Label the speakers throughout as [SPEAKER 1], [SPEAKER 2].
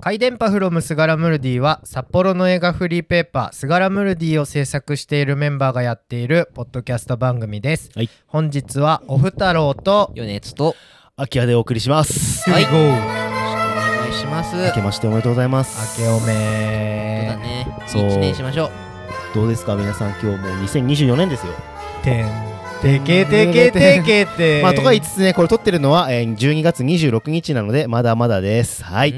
[SPEAKER 1] 回電波フロムスガラムルディは札幌の映画フリーペーパースガラムルディを制作しているメンバーがやっているポッドキャスト番組です、
[SPEAKER 2] はい
[SPEAKER 1] 本日はおふたろうと
[SPEAKER 3] 米津と
[SPEAKER 2] 秋葉でお送りします。
[SPEAKER 3] はい
[SPEAKER 1] ゴー
[SPEAKER 3] お願いします
[SPEAKER 2] 明
[SPEAKER 3] 本
[SPEAKER 2] けましておめでとうございます。
[SPEAKER 1] 明けお
[SPEAKER 3] 当だ
[SPEAKER 1] め
[SPEAKER 3] ね
[SPEAKER 2] そう
[SPEAKER 3] 一年しましょう
[SPEAKER 2] どうですか皆さん今日もう2024年ですよ。
[SPEAKER 1] てんてけてけてけて
[SPEAKER 2] まあとか言いつつねこれ撮ってるのはえー12月26日なのでまだまだです。は。
[SPEAKER 3] はい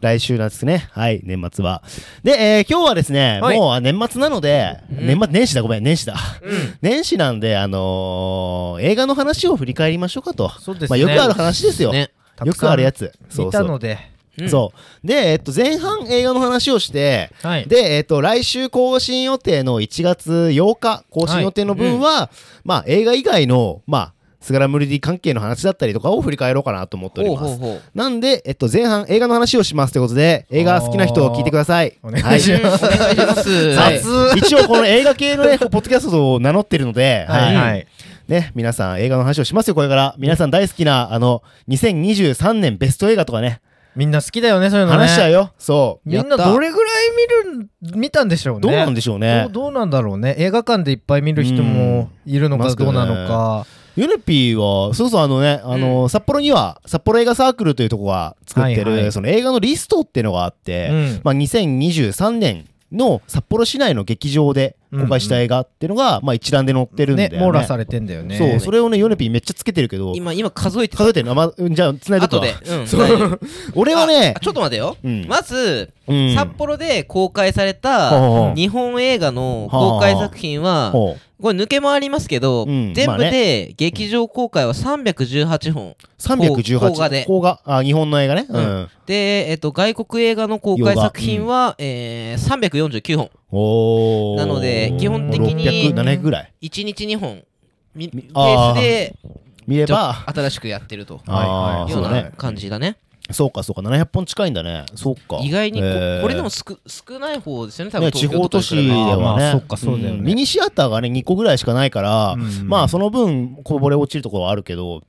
[SPEAKER 2] 来週なんですね。はい、年末は。で、えー今日はですね、
[SPEAKER 1] はい
[SPEAKER 2] もうあ年末なので、
[SPEAKER 3] うん
[SPEAKER 2] 年末、年始だ、ごめん、年始だ。
[SPEAKER 1] うん
[SPEAKER 2] 年始なんで、あのー映画の話を振り返りましょうかと。
[SPEAKER 1] そうです
[SPEAKER 2] まあ、
[SPEAKER 1] ね
[SPEAKER 2] よくある話ですよ。
[SPEAKER 3] ね
[SPEAKER 1] た
[SPEAKER 2] よ
[SPEAKER 1] くさん
[SPEAKER 2] くあるやつ。そう
[SPEAKER 1] 見た
[SPEAKER 2] そう。
[SPEAKER 1] ので
[SPEAKER 3] うん
[SPEAKER 2] そう。で、えっと、前半映画の話をして、
[SPEAKER 1] はい
[SPEAKER 2] で、えっと、来週更新予定の1月8日、更新予定の分は、まあ、映画以外の、まあ、スガラムルディ関係の話だったりとかを振り返ろうかなと思っており
[SPEAKER 3] ほう
[SPEAKER 2] ます。
[SPEAKER 3] ほうほう
[SPEAKER 2] なんで、えっと、前半映画の話をしますということで、映画好きな人を聞いてください。
[SPEAKER 1] お願いします
[SPEAKER 3] お願いし ます
[SPEAKER 2] はい
[SPEAKER 3] はい
[SPEAKER 2] はい一応この映画系のね、ポッドキャストを名乗ってるので、
[SPEAKER 1] はいはい
[SPEAKER 2] ね、皆さん映画の話をしますよ、これから。皆さん大好きな、あの、2023年ベスト映画とかね、
[SPEAKER 1] みんな好きだよねそういうのね
[SPEAKER 2] 話しちゃうよ。そう。
[SPEAKER 1] みんな
[SPEAKER 2] やった
[SPEAKER 1] どれぐらい見る見たんでしょうね
[SPEAKER 2] どうなんでしょうね
[SPEAKER 1] どう。どうなんだろうね映画館でいっぱい見る人もいるの
[SPEAKER 2] うんいま
[SPEAKER 1] か
[SPEAKER 2] すけ
[SPEAKER 1] ど
[SPEAKER 2] ど
[SPEAKER 1] う
[SPEAKER 2] ね
[SPEAKER 1] なのか、
[SPEAKER 2] ユネピーは、そうそうあのね、あの、札幌には、札幌映画サークルというとこが作ってる、
[SPEAKER 1] はいはい
[SPEAKER 2] その映画のリストっていうのがあって、
[SPEAKER 1] うん
[SPEAKER 2] まあ、2023年の札幌市内の劇場で公開した映画っていうのが、まあ、一覧で載ってるん
[SPEAKER 1] ね
[SPEAKER 2] だよね。
[SPEAKER 1] 網羅されてんだよね
[SPEAKER 2] そう、それをね、ヨネピーめっちゃつけてるけど、
[SPEAKER 3] 今今数えて
[SPEAKER 2] 数えてるのあ、ま、じゃあ、繋いで
[SPEAKER 3] 後
[SPEAKER 2] とか
[SPEAKER 3] でうん
[SPEAKER 2] そう
[SPEAKER 3] 大丈夫
[SPEAKER 2] 俺はね
[SPEAKER 3] あ、ちょっと待てよ
[SPEAKER 2] うん
[SPEAKER 3] まず
[SPEAKER 2] うん
[SPEAKER 3] 札幌で公開さ
[SPEAKER 2] ほう
[SPEAKER 3] れ
[SPEAKER 2] ほうほ
[SPEAKER 3] た
[SPEAKER 2] う
[SPEAKER 3] 日本映画の公開作品は
[SPEAKER 2] ほう
[SPEAKER 3] これ抜けもありますけど
[SPEAKER 2] うん
[SPEAKER 3] 全
[SPEAKER 2] まあ
[SPEAKER 3] 部で
[SPEAKER 2] ね
[SPEAKER 3] 劇場公開は318本
[SPEAKER 2] 318
[SPEAKER 3] 邦画で
[SPEAKER 2] 邦画あ、日本の映画ね。う。
[SPEAKER 3] うんで、えっと、外国映画の公開作品は、えー、349本
[SPEAKER 2] おお。
[SPEAKER 3] なので基本的に
[SPEAKER 2] 600、700ぐらい
[SPEAKER 3] 1日2本みペ
[SPEAKER 2] あ
[SPEAKER 3] ー
[SPEAKER 2] ー
[SPEAKER 3] スで
[SPEAKER 2] 見れ
[SPEAKER 3] ちょ
[SPEAKER 2] ば、
[SPEAKER 3] 新しくやってると
[SPEAKER 1] はいはい
[SPEAKER 2] あー
[SPEAKER 3] よ
[SPEAKER 2] そううだ
[SPEAKER 3] な
[SPEAKER 2] ね。
[SPEAKER 3] 感じだね
[SPEAKER 2] そうかそうか700本近いんだねそうか
[SPEAKER 3] 意外にこ,、
[SPEAKER 2] えー
[SPEAKER 3] これでも少少ない方ですよね多分
[SPEAKER 2] ね、
[SPEAKER 3] 東
[SPEAKER 2] 地
[SPEAKER 3] 京
[SPEAKER 2] 方
[SPEAKER 3] と
[SPEAKER 2] 都
[SPEAKER 3] 比
[SPEAKER 2] 市
[SPEAKER 3] べ
[SPEAKER 2] で
[SPEAKER 3] て
[SPEAKER 1] あー
[SPEAKER 2] は
[SPEAKER 1] まあ
[SPEAKER 2] ね
[SPEAKER 1] そっかそうだよね
[SPEAKER 2] んミニシアターがね2個ぐらいしかないから、
[SPEAKER 1] うん
[SPEAKER 2] まあその分こぼれ落ちるところはあるけど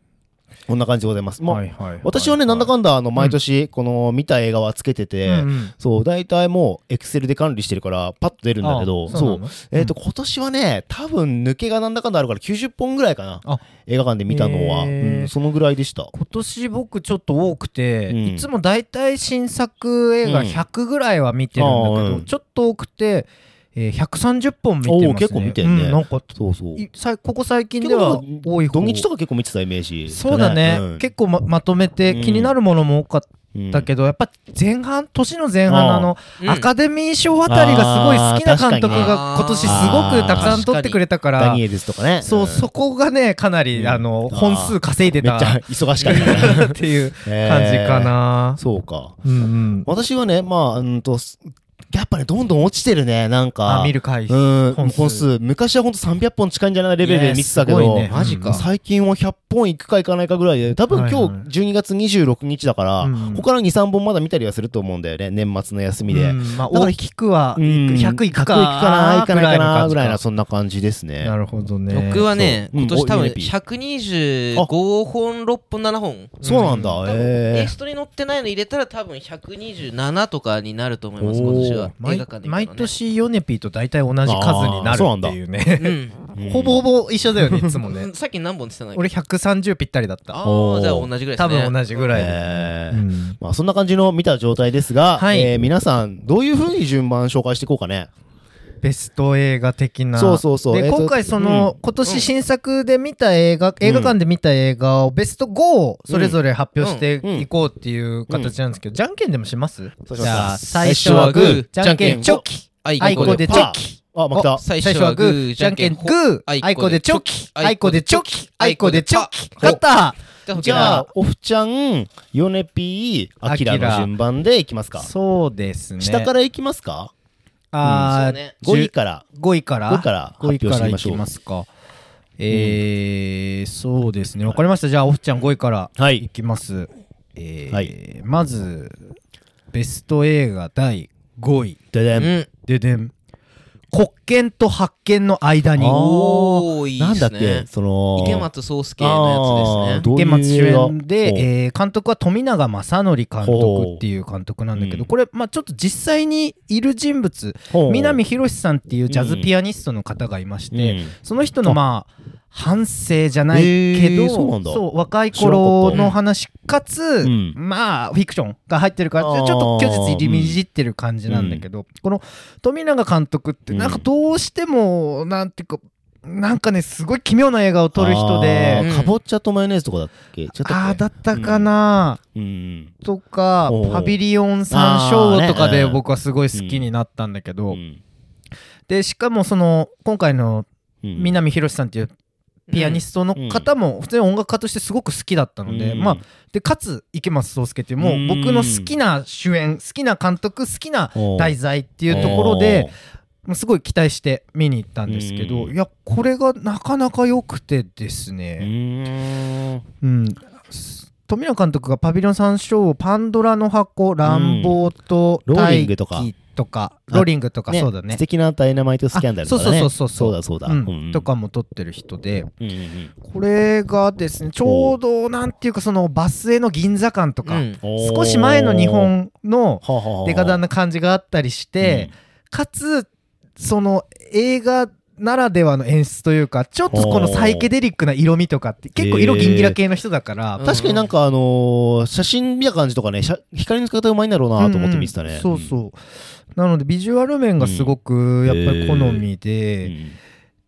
[SPEAKER 2] こんな感じでございます、まあ
[SPEAKER 1] はいはいはい
[SPEAKER 2] 私はねなんだかんだあの毎年この見た映画はつけてて、
[SPEAKER 1] うんうん
[SPEAKER 2] そう大体もうエクセルで管理してるからパッと出るんだけど
[SPEAKER 1] あ
[SPEAKER 2] そう
[SPEAKER 1] そうなの
[SPEAKER 2] えっ、と今年はね多分抜けがなんだかんだあるから90本ぐらいか
[SPEAKER 1] あ
[SPEAKER 2] な映画館で見たの
[SPEAKER 1] へ
[SPEAKER 2] は、
[SPEAKER 1] ー
[SPEAKER 2] うんそのぐらいでした
[SPEAKER 1] 今年僕ちょっと多くて、
[SPEAKER 2] うん
[SPEAKER 1] いつも大体新作映画
[SPEAKER 2] うん
[SPEAKER 1] 100ぐらいは見てるんだけ
[SPEAKER 2] あ
[SPEAKER 1] ど、
[SPEAKER 2] ーうん
[SPEAKER 1] ちょっと多くて、えー、130本見てますね
[SPEAKER 2] おー結構見てんね
[SPEAKER 1] うんなんか
[SPEAKER 2] そうそう
[SPEAKER 1] いさいここ最近では多い
[SPEAKER 2] 土
[SPEAKER 1] 方
[SPEAKER 2] 日とか結構見てたイメージ
[SPEAKER 1] そうだね、
[SPEAKER 2] うん
[SPEAKER 1] 結構ままとめて気になるものも多かっ
[SPEAKER 2] うん
[SPEAKER 1] たけど、やっぱ前半年の前半のあの
[SPEAKER 3] うん
[SPEAKER 1] アカデミー賞あたりがすごい好きな監督が
[SPEAKER 3] あー
[SPEAKER 1] 今年すごくたくさん撮ってくれたか
[SPEAKER 2] ダ
[SPEAKER 1] ら
[SPEAKER 2] ニエルズとかね。
[SPEAKER 1] そうそこがねかなり、
[SPEAKER 2] うん
[SPEAKER 1] あの
[SPEAKER 2] あー
[SPEAKER 1] 本数稼いで
[SPEAKER 2] め
[SPEAKER 1] た
[SPEAKER 2] っちゃ
[SPEAKER 1] っ
[SPEAKER 2] 忙しかったね
[SPEAKER 1] ていう
[SPEAKER 2] えー
[SPEAKER 1] 感じかな、
[SPEAKER 2] そうか。
[SPEAKER 1] うんうん
[SPEAKER 2] 私はね、まあ、うんと、すやっぱね、どんどん落ちてるね、なんか。
[SPEAKER 1] あ見る回数
[SPEAKER 2] うん、
[SPEAKER 1] 本数
[SPEAKER 2] 本数。昔はほんと300本近いんじゃないレベルで見てたけ
[SPEAKER 1] いやすご
[SPEAKER 2] ど
[SPEAKER 1] いね、マジか
[SPEAKER 2] 最近は100本いくかいかないかぐらいで、多分今日
[SPEAKER 1] はいはい
[SPEAKER 2] 12月26日だから、
[SPEAKER 1] うん
[SPEAKER 2] 他の2、3本まだ見たりはすると思うんだよね、年末の休みで。
[SPEAKER 1] うんまあ、
[SPEAKER 2] だから
[SPEAKER 1] 大きくは
[SPEAKER 2] う
[SPEAKER 1] い
[SPEAKER 2] ん
[SPEAKER 1] く100いくか
[SPEAKER 2] 100いくかな、いかないかな、ぐらいな、
[SPEAKER 1] な
[SPEAKER 2] そんな感じですね。
[SPEAKER 1] なるほどね
[SPEAKER 3] 僕はね
[SPEAKER 2] そう
[SPEAKER 3] 今年多
[SPEAKER 2] うんお
[SPEAKER 3] 分
[SPEAKER 2] UNP
[SPEAKER 3] 125本6本7本
[SPEAKER 2] そうなんだ、
[SPEAKER 3] 多分
[SPEAKER 2] え
[SPEAKER 3] テ
[SPEAKER 2] え
[SPEAKER 3] ストに載ってないの入れたら多分127とかになると思います今年は
[SPEAKER 1] 毎
[SPEAKER 3] 映画館で行く
[SPEAKER 1] 毎
[SPEAKER 3] のね
[SPEAKER 1] 年ヨネピーと大体同じ数になるっていうね
[SPEAKER 3] うん
[SPEAKER 1] ほぼほぼ一緒だよねいつもね
[SPEAKER 3] うんさっき何本って言ってたの
[SPEAKER 1] 俺130ぴったりだった
[SPEAKER 3] あ
[SPEAKER 2] お
[SPEAKER 3] あ
[SPEAKER 2] ー
[SPEAKER 3] じゃあ同じぐらいです
[SPEAKER 1] 多
[SPEAKER 3] ね
[SPEAKER 1] 分同じぐらいだよね
[SPEAKER 2] え
[SPEAKER 1] う
[SPEAKER 2] え
[SPEAKER 1] ん
[SPEAKER 2] まあそんな感じの見た状態ですが、
[SPEAKER 1] はい
[SPEAKER 2] えー皆さんどういうふうに順番紹介していこうかね。
[SPEAKER 1] ベスト映画的な
[SPEAKER 2] そうそうそう
[SPEAKER 1] で
[SPEAKER 2] えっと
[SPEAKER 1] 今回その今
[SPEAKER 3] うん
[SPEAKER 1] 年新作で見た映画映画館で見た映画をベスト5をそれぞれ発表していこうっていう形なんですけどじゃんけんでもします
[SPEAKER 2] そうします
[SPEAKER 1] じゃあ最
[SPEAKER 2] 最
[SPEAKER 1] 初
[SPEAKER 2] 初
[SPEAKER 1] は
[SPEAKER 2] は
[SPEAKER 1] グ
[SPEAKER 2] グ
[SPEAKER 1] ー
[SPEAKER 2] ー
[SPEAKER 1] じゃんけんチョ
[SPEAKER 2] じ
[SPEAKER 1] キ
[SPEAKER 3] あい
[SPEAKER 1] あいこでチョキ
[SPEAKER 2] あ、負けた
[SPEAKER 1] お。
[SPEAKER 3] 最初はグー
[SPEAKER 1] じゃんけんグ
[SPEAKER 3] じゃんけん
[SPEAKER 1] ー
[SPEAKER 3] ほあいこで
[SPEAKER 1] あいこでチョキあ
[SPEAKER 3] あ
[SPEAKER 1] い
[SPEAKER 3] い
[SPEAKER 1] こ
[SPEAKER 3] こ
[SPEAKER 1] で
[SPEAKER 3] で
[SPEAKER 1] チ
[SPEAKER 3] チ
[SPEAKER 1] ョ
[SPEAKER 3] ョ
[SPEAKER 1] キ
[SPEAKER 3] キ
[SPEAKER 1] あいこでチョキ
[SPEAKER 3] あ
[SPEAKER 1] 勝った
[SPEAKER 2] じゃあ、オフちゃん、ヨネピー、アキラ
[SPEAKER 1] アキラ
[SPEAKER 2] の順番でいきますか。
[SPEAKER 1] そうですね
[SPEAKER 2] 下からいきますか
[SPEAKER 1] あー
[SPEAKER 2] 5位から。
[SPEAKER 1] 5位から
[SPEAKER 2] 5位から発表してみましょう
[SPEAKER 1] 5位からいきますかえーそうですねわかりましたじゃあオフちゃん5位から
[SPEAKER 2] はいい。
[SPEAKER 1] きますえー
[SPEAKER 2] はい
[SPEAKER 1] まずベスト映画第5位
[SPEAKER 2] でで。
[SPEAKER 3] うんん
[SPEAKER 1] ででん国権と発見の間に
[SPEAKER 2] あー
[SPEAKER 3] おーいい
[SPEAKER 2] な
[SPEAKER 3] で
[SPEAKER 2] んだ
[SPEAKER 3] す
[SPEAKER 2] っけ
[SPEAKER 3] ね
[SPEAKER 2] その
[SPEAKER 3] 池松壮亮のやつですね
[SPEAKER 1] 池松主演で、
[SPEAKER 2] え
[SPEAKER 1] えー監督は富永正則監督っていう監督なんだけ
[SPEAKER 2] ほうう
[SPEAKER 1] ど
[SPEAKER 2] ん
[SPEAKER 1] これ、まあ、ちょっと実際にいる人物南博さんっていうジャズピアニストの方がいまして、その人のまあ反省じゃないけど、
[SPEAKER 2] へーそうなんだ
[SPEAKER 1] 若い頃の話かつ
[SPEAKER 2] ん
[SPEAKER 1] まあフィクションが入ってるからち
[SPEAKER 2] あ
[SPEAKER 1] ょ
[SPEAKER 2] ー
[SPEAKER 1] ちょっと虚実入りじってる感じなんだけど、この富永監督ってなんかどうしても、なんていうかなんかねすごい奇妙な映画を撮る人で
[SPEAKER 3] うん
[SPEAKER 2] かぼちゃとマヨネーズとかだっけ違ったっけ
[SPEAKER 1] ああーだったかな、
[SPEAKER 2] うん
[SPEAKER 1] とか
[SPEAKER 2] お
[SPEAKER 1] 「
[SPEAKER 2] ー
[SPEAKER 1] パビリオンサンショー」とか
[SPEAKER 2] あーね
[SPEAKER 1] で
[SPEAKER 2] うん
[SPEAKER 1] 僕はすごい好きになったんだけど、
[SPEAKER 2] うん
[SPEAKER 1] でしかもその今回の
[SPEAKER 2] うん
[SPEAKER 1] 南博さんっていうピアニストの方も普通に音楽家としてすごく好きだったので、
[SPEAKER 2] うん
[SPEAKER 1] まあでかつ池松壮亮っていうもう僕の好きな主演好きな監督好きな
[SPEAKER 2] おう
[SPEAKER 1] 題材っていうところでもうすごい期待して見に行ったんですけど、
[SPEAKER 2] うん
[SPEAKER 1] いやこれがなかなか良くてです
[SPEAKER 2] う
[SPEAKER 1] ね、
[SPEAKER 2] ーん
[SPEAKER 1] うん、富永監督が「パビリオン3章」「パンドラの箱」「乱暴と
[SPEAKER 2] ローリ
[SPEAKER 1] 大気
[SPEAKER 2] ング」とか
[SPEAKER 1] とか「ローリング」とかそうだ
[SPEAKER 2] 素
[SPEAKER 1] ね。
[SPEAKER 2] 敵なダイナマイトスキャンダルとかね
[SPEAKER 1] あそうそうそうそう
[SPEAKER 2] そうだそうだ
[SPEAKER 1] うん
[SPEAKER 2] うん
[SPEAKER 1] とかも撮ってる人で、
[SPEAKER 2] うんうんうん
[SPEAKER 1] これがですねちょうどなんていうかそのバスへの銀座間と
[SPEAKER 3] う
[SPEAKER 1] か、
[SPEAKER 3] ん
[SPEAKER 2] おー
[SPEAKER 1] 少し前の日本の
[SPEAKER 2] はあはあはあ
[SPEAKER 1] デカダンな感じがあったりして、かつその映画ならではの演出というかちょっとこのサイケデリックな色味とかって結構色ギンギラ系の人だから、
[SPEAKER 2] うん確かになんかあのー写真見た感じとかねしゃ光の使い方うまいんだろうなと思って見てた
[SPEAKER 1] うんう
[SPEAKER 2] ね
[SPEAKER 1] んそうそうなのでビジュアル面がすごくやっぱり好み
[SPEAKER 2] う
[SPEAKER 1] で、
[SPEAKER 2] ん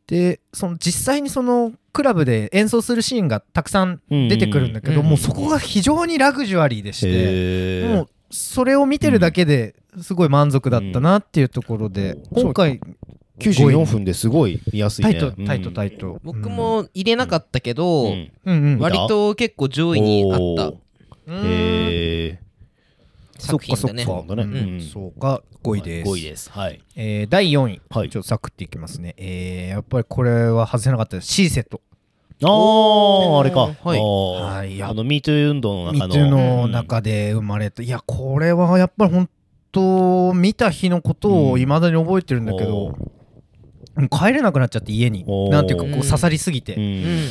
[SPEAKER 1] でその実際にそのクラブで演奏するシーンがたくさん
[SPEAKER 2] うん
[SPEAKER 1] 出てくるんだけど、
[SPEAKER 3] うん
[SPEAKER 1] もうそこが非常にラグジュアリーでして、
[SPEAKER 2] へー
[SPEAKER 1] もうそれを見てるだけですごい満足だったなっていうところで、
[SPEAKER 2] うん
[SPEAKER 1] 今回
[SPEAKER 2] 94分ですごい見やすい
[SPEAKER 1] タ
[SPEAKER 2] ね
[SPEAKER 1] イトタイトタ
[SPEAKER 2] イ
[SPEAKER 1] イト、
[SPEAKER 3] 僕も入れなかったけど、
[SPEAKER 1] うんうん
[SPEAKER 3] 割と結構上位にあっ
[SPEAKER 1] うん
[SPEAKER 2] へえ
[SPEAKER 3] た作品だね
[SPEAKER 2] そっかそっか
[SPEAKER 1] うん
[SPEAKER 2] うん
[SPEAKER 1] そうか5位です
[SPEAKER 2] 5位ですはい
[SPEAKER 1] えー第4位、
[SPEAKER 2] はい
[SPEAKER 1] ちょっとサクっていきますね、えーやっぱりこれは外せなかったですシーセット
[SPEAKER 2] あああれか
[SPEAKER 3] はいはい
[SPEAKER 2] あ
[SPEAKER 1] はい
[SPEAKER 2] ー
[SPEAKER 1] や
[SPEAKER 2] あのミート運動の
[SPEAKER 1] ミ
[SPEAKER 2] 中
[SPEAKER 1] トゥー
[SPEAKER 2] の
[SPEAKER 1] の中で生まれた、いやこれはやっぱり本当見た日のことをいまだに覚えてるんだけど、もう帰れなくなっちゃって家に
[SPEAKER 2] おー
[SPEAKER 1] なんていうかこう
[SPEAKER 3] うん
[SPEAKER 1] 刺さりすぎて、
[SPEAKER 2] う
[SPEAKER 1] っ
[SPEAKER 3] うんん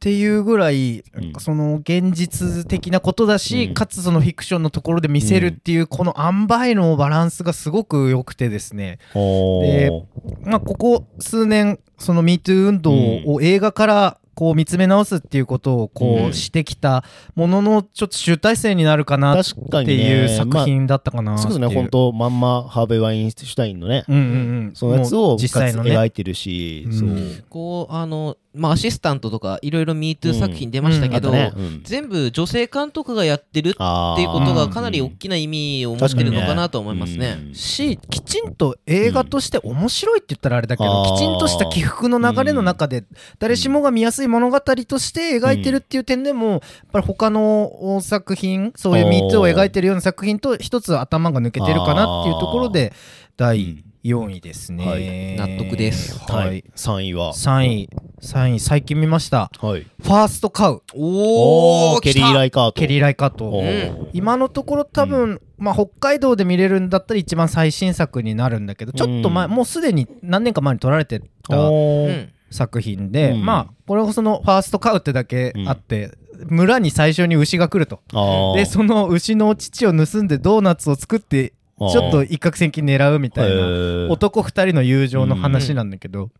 [SPEAKER 1] ていうぐらい
[SPEAKER 2] うん
[SPEAKER 1] なんかその現実的なことだし、
[SPEAKER 2] うん
[SPEAKER 1] かつそのフィクションのところで見せるっていうこの塩梅のバランスがすごく良くてですね、
[SPEAKER 2] お
[SPEAKER 1] で
[SPEAKER 2] ー
[SPEAKER 1] まあ、ここ数年その MeToo 運動を映画からこう見つめ直すっていうことをこ
[SPEAKER 2] うん
[SPEAKER 1] うしてきたもののちょっと集大成になるかなっ
[SPEAKER 2] 確かに
[SPEAKER 1] て
[SPEAKER 2] ね
[SPEAKER 1] いう作品だったかな
[SPEAKER 2] ま
[SPEAKER 1] っ
[SPEAKER 2] あ
[SPEAKER 1] ていう
[SPEAKER 2] そ
[SPEAKER 1] う。
[SPEAKER 2] ですね本当まんまハーベイ・ワインシュタインのね
[SPEAKER 1] うんうんうん、
[SPEAKER 2] そのやつ
[SPEAKER 1] も
[SPEAKER 2] を
[SPEAKER 1] う実際の
[SPEAKER 2] かつ描
[SPEAKER 1] ね。
[SPEAKER 2] いてるし
[SPEAKER 1] うん
[SPEAKER 2] そう
[SPEAKER 3] こうあのまあアシスタントとかいろいろ MeToo 作品出ました
[SPEAKER 1] うん
[SPEAKER 3] け
[SPEAKER 2] あ
[SPEAKER 3] ど、
[SPEAKER 2] とねうん
[SPEAKER 3] 全部女性監督がやってるっ
[SPEAKER 2] あー
[SPEAKER 3] ていうことが
[SPEAKER 1] あー
[SPEAKER 3] かなり大きな意味を持ってるのかなと思いますね。
[SPEAKER 1] しきちんと映画として面白いって言ったらあれだけど、
[SPEAKER 2] うん
[SPEAKER 1] きちんとした起伏の流れの中で誰しもが見やすい物語として描いてるっていう点でも、やっぱり他のお作品そういう
[SPEAKER 2] おー
[SPEAKER 1] MeToo を描いてるような作品と一つ頭が抜けてるかなっていうところで第4位ですね、
[SPEAKER 2] は
[SPEAKER 3] 納得です
[SPEAKER 1] はい、
[SPEAKER 2] はい3位は
[SPEAKER 1] 3位3位最近見ました
[SPEAKER 2] はい
[SPEAKER 1] 「ファーストカウ
[SPEAKER 3] おー、
[SPEAKER 2] ケリ
[SPEAKER 3] 来
[SPEAKER 2] ー・
[SPEAKER 3] た
[SPEAKER 2] ライカート
[SPEAKER 1] ケリー・ライカート」
[SPEAKER 2] おー
[SPEAKER 1] 今のところ多分、まあ、北海道で見れるんだったら一番最新作になるんだけどちょっと前、
[SPEAKER 2] うん
[SPEAKER 1] もうすでに何年か前に撮られてた
[SPEAKER 2] お
[SPEAKER 3] う
[SPEAKER 2] ー
[SPEAKER 3] ん
[SPEAKER 1] 作品で、
[SPEAKER 2] うん
[SPEAKER 1] まあこれはそのファーストカウってだけあって、村に最初に牛が来ると
[SPEAKER 2] あー
[SPEAKER 1] でその牛の乳を盗んでドーナツを作って
[SPEAKER 2] あー
[SPEAKER 1] ちょっと一攫千金狙うみたい
[SPEAKER 2] へ
[SPEAKER 1] な
[SPEAKER 2] ー
[SPEAKER 1] 男2人の友情の話なんだけど、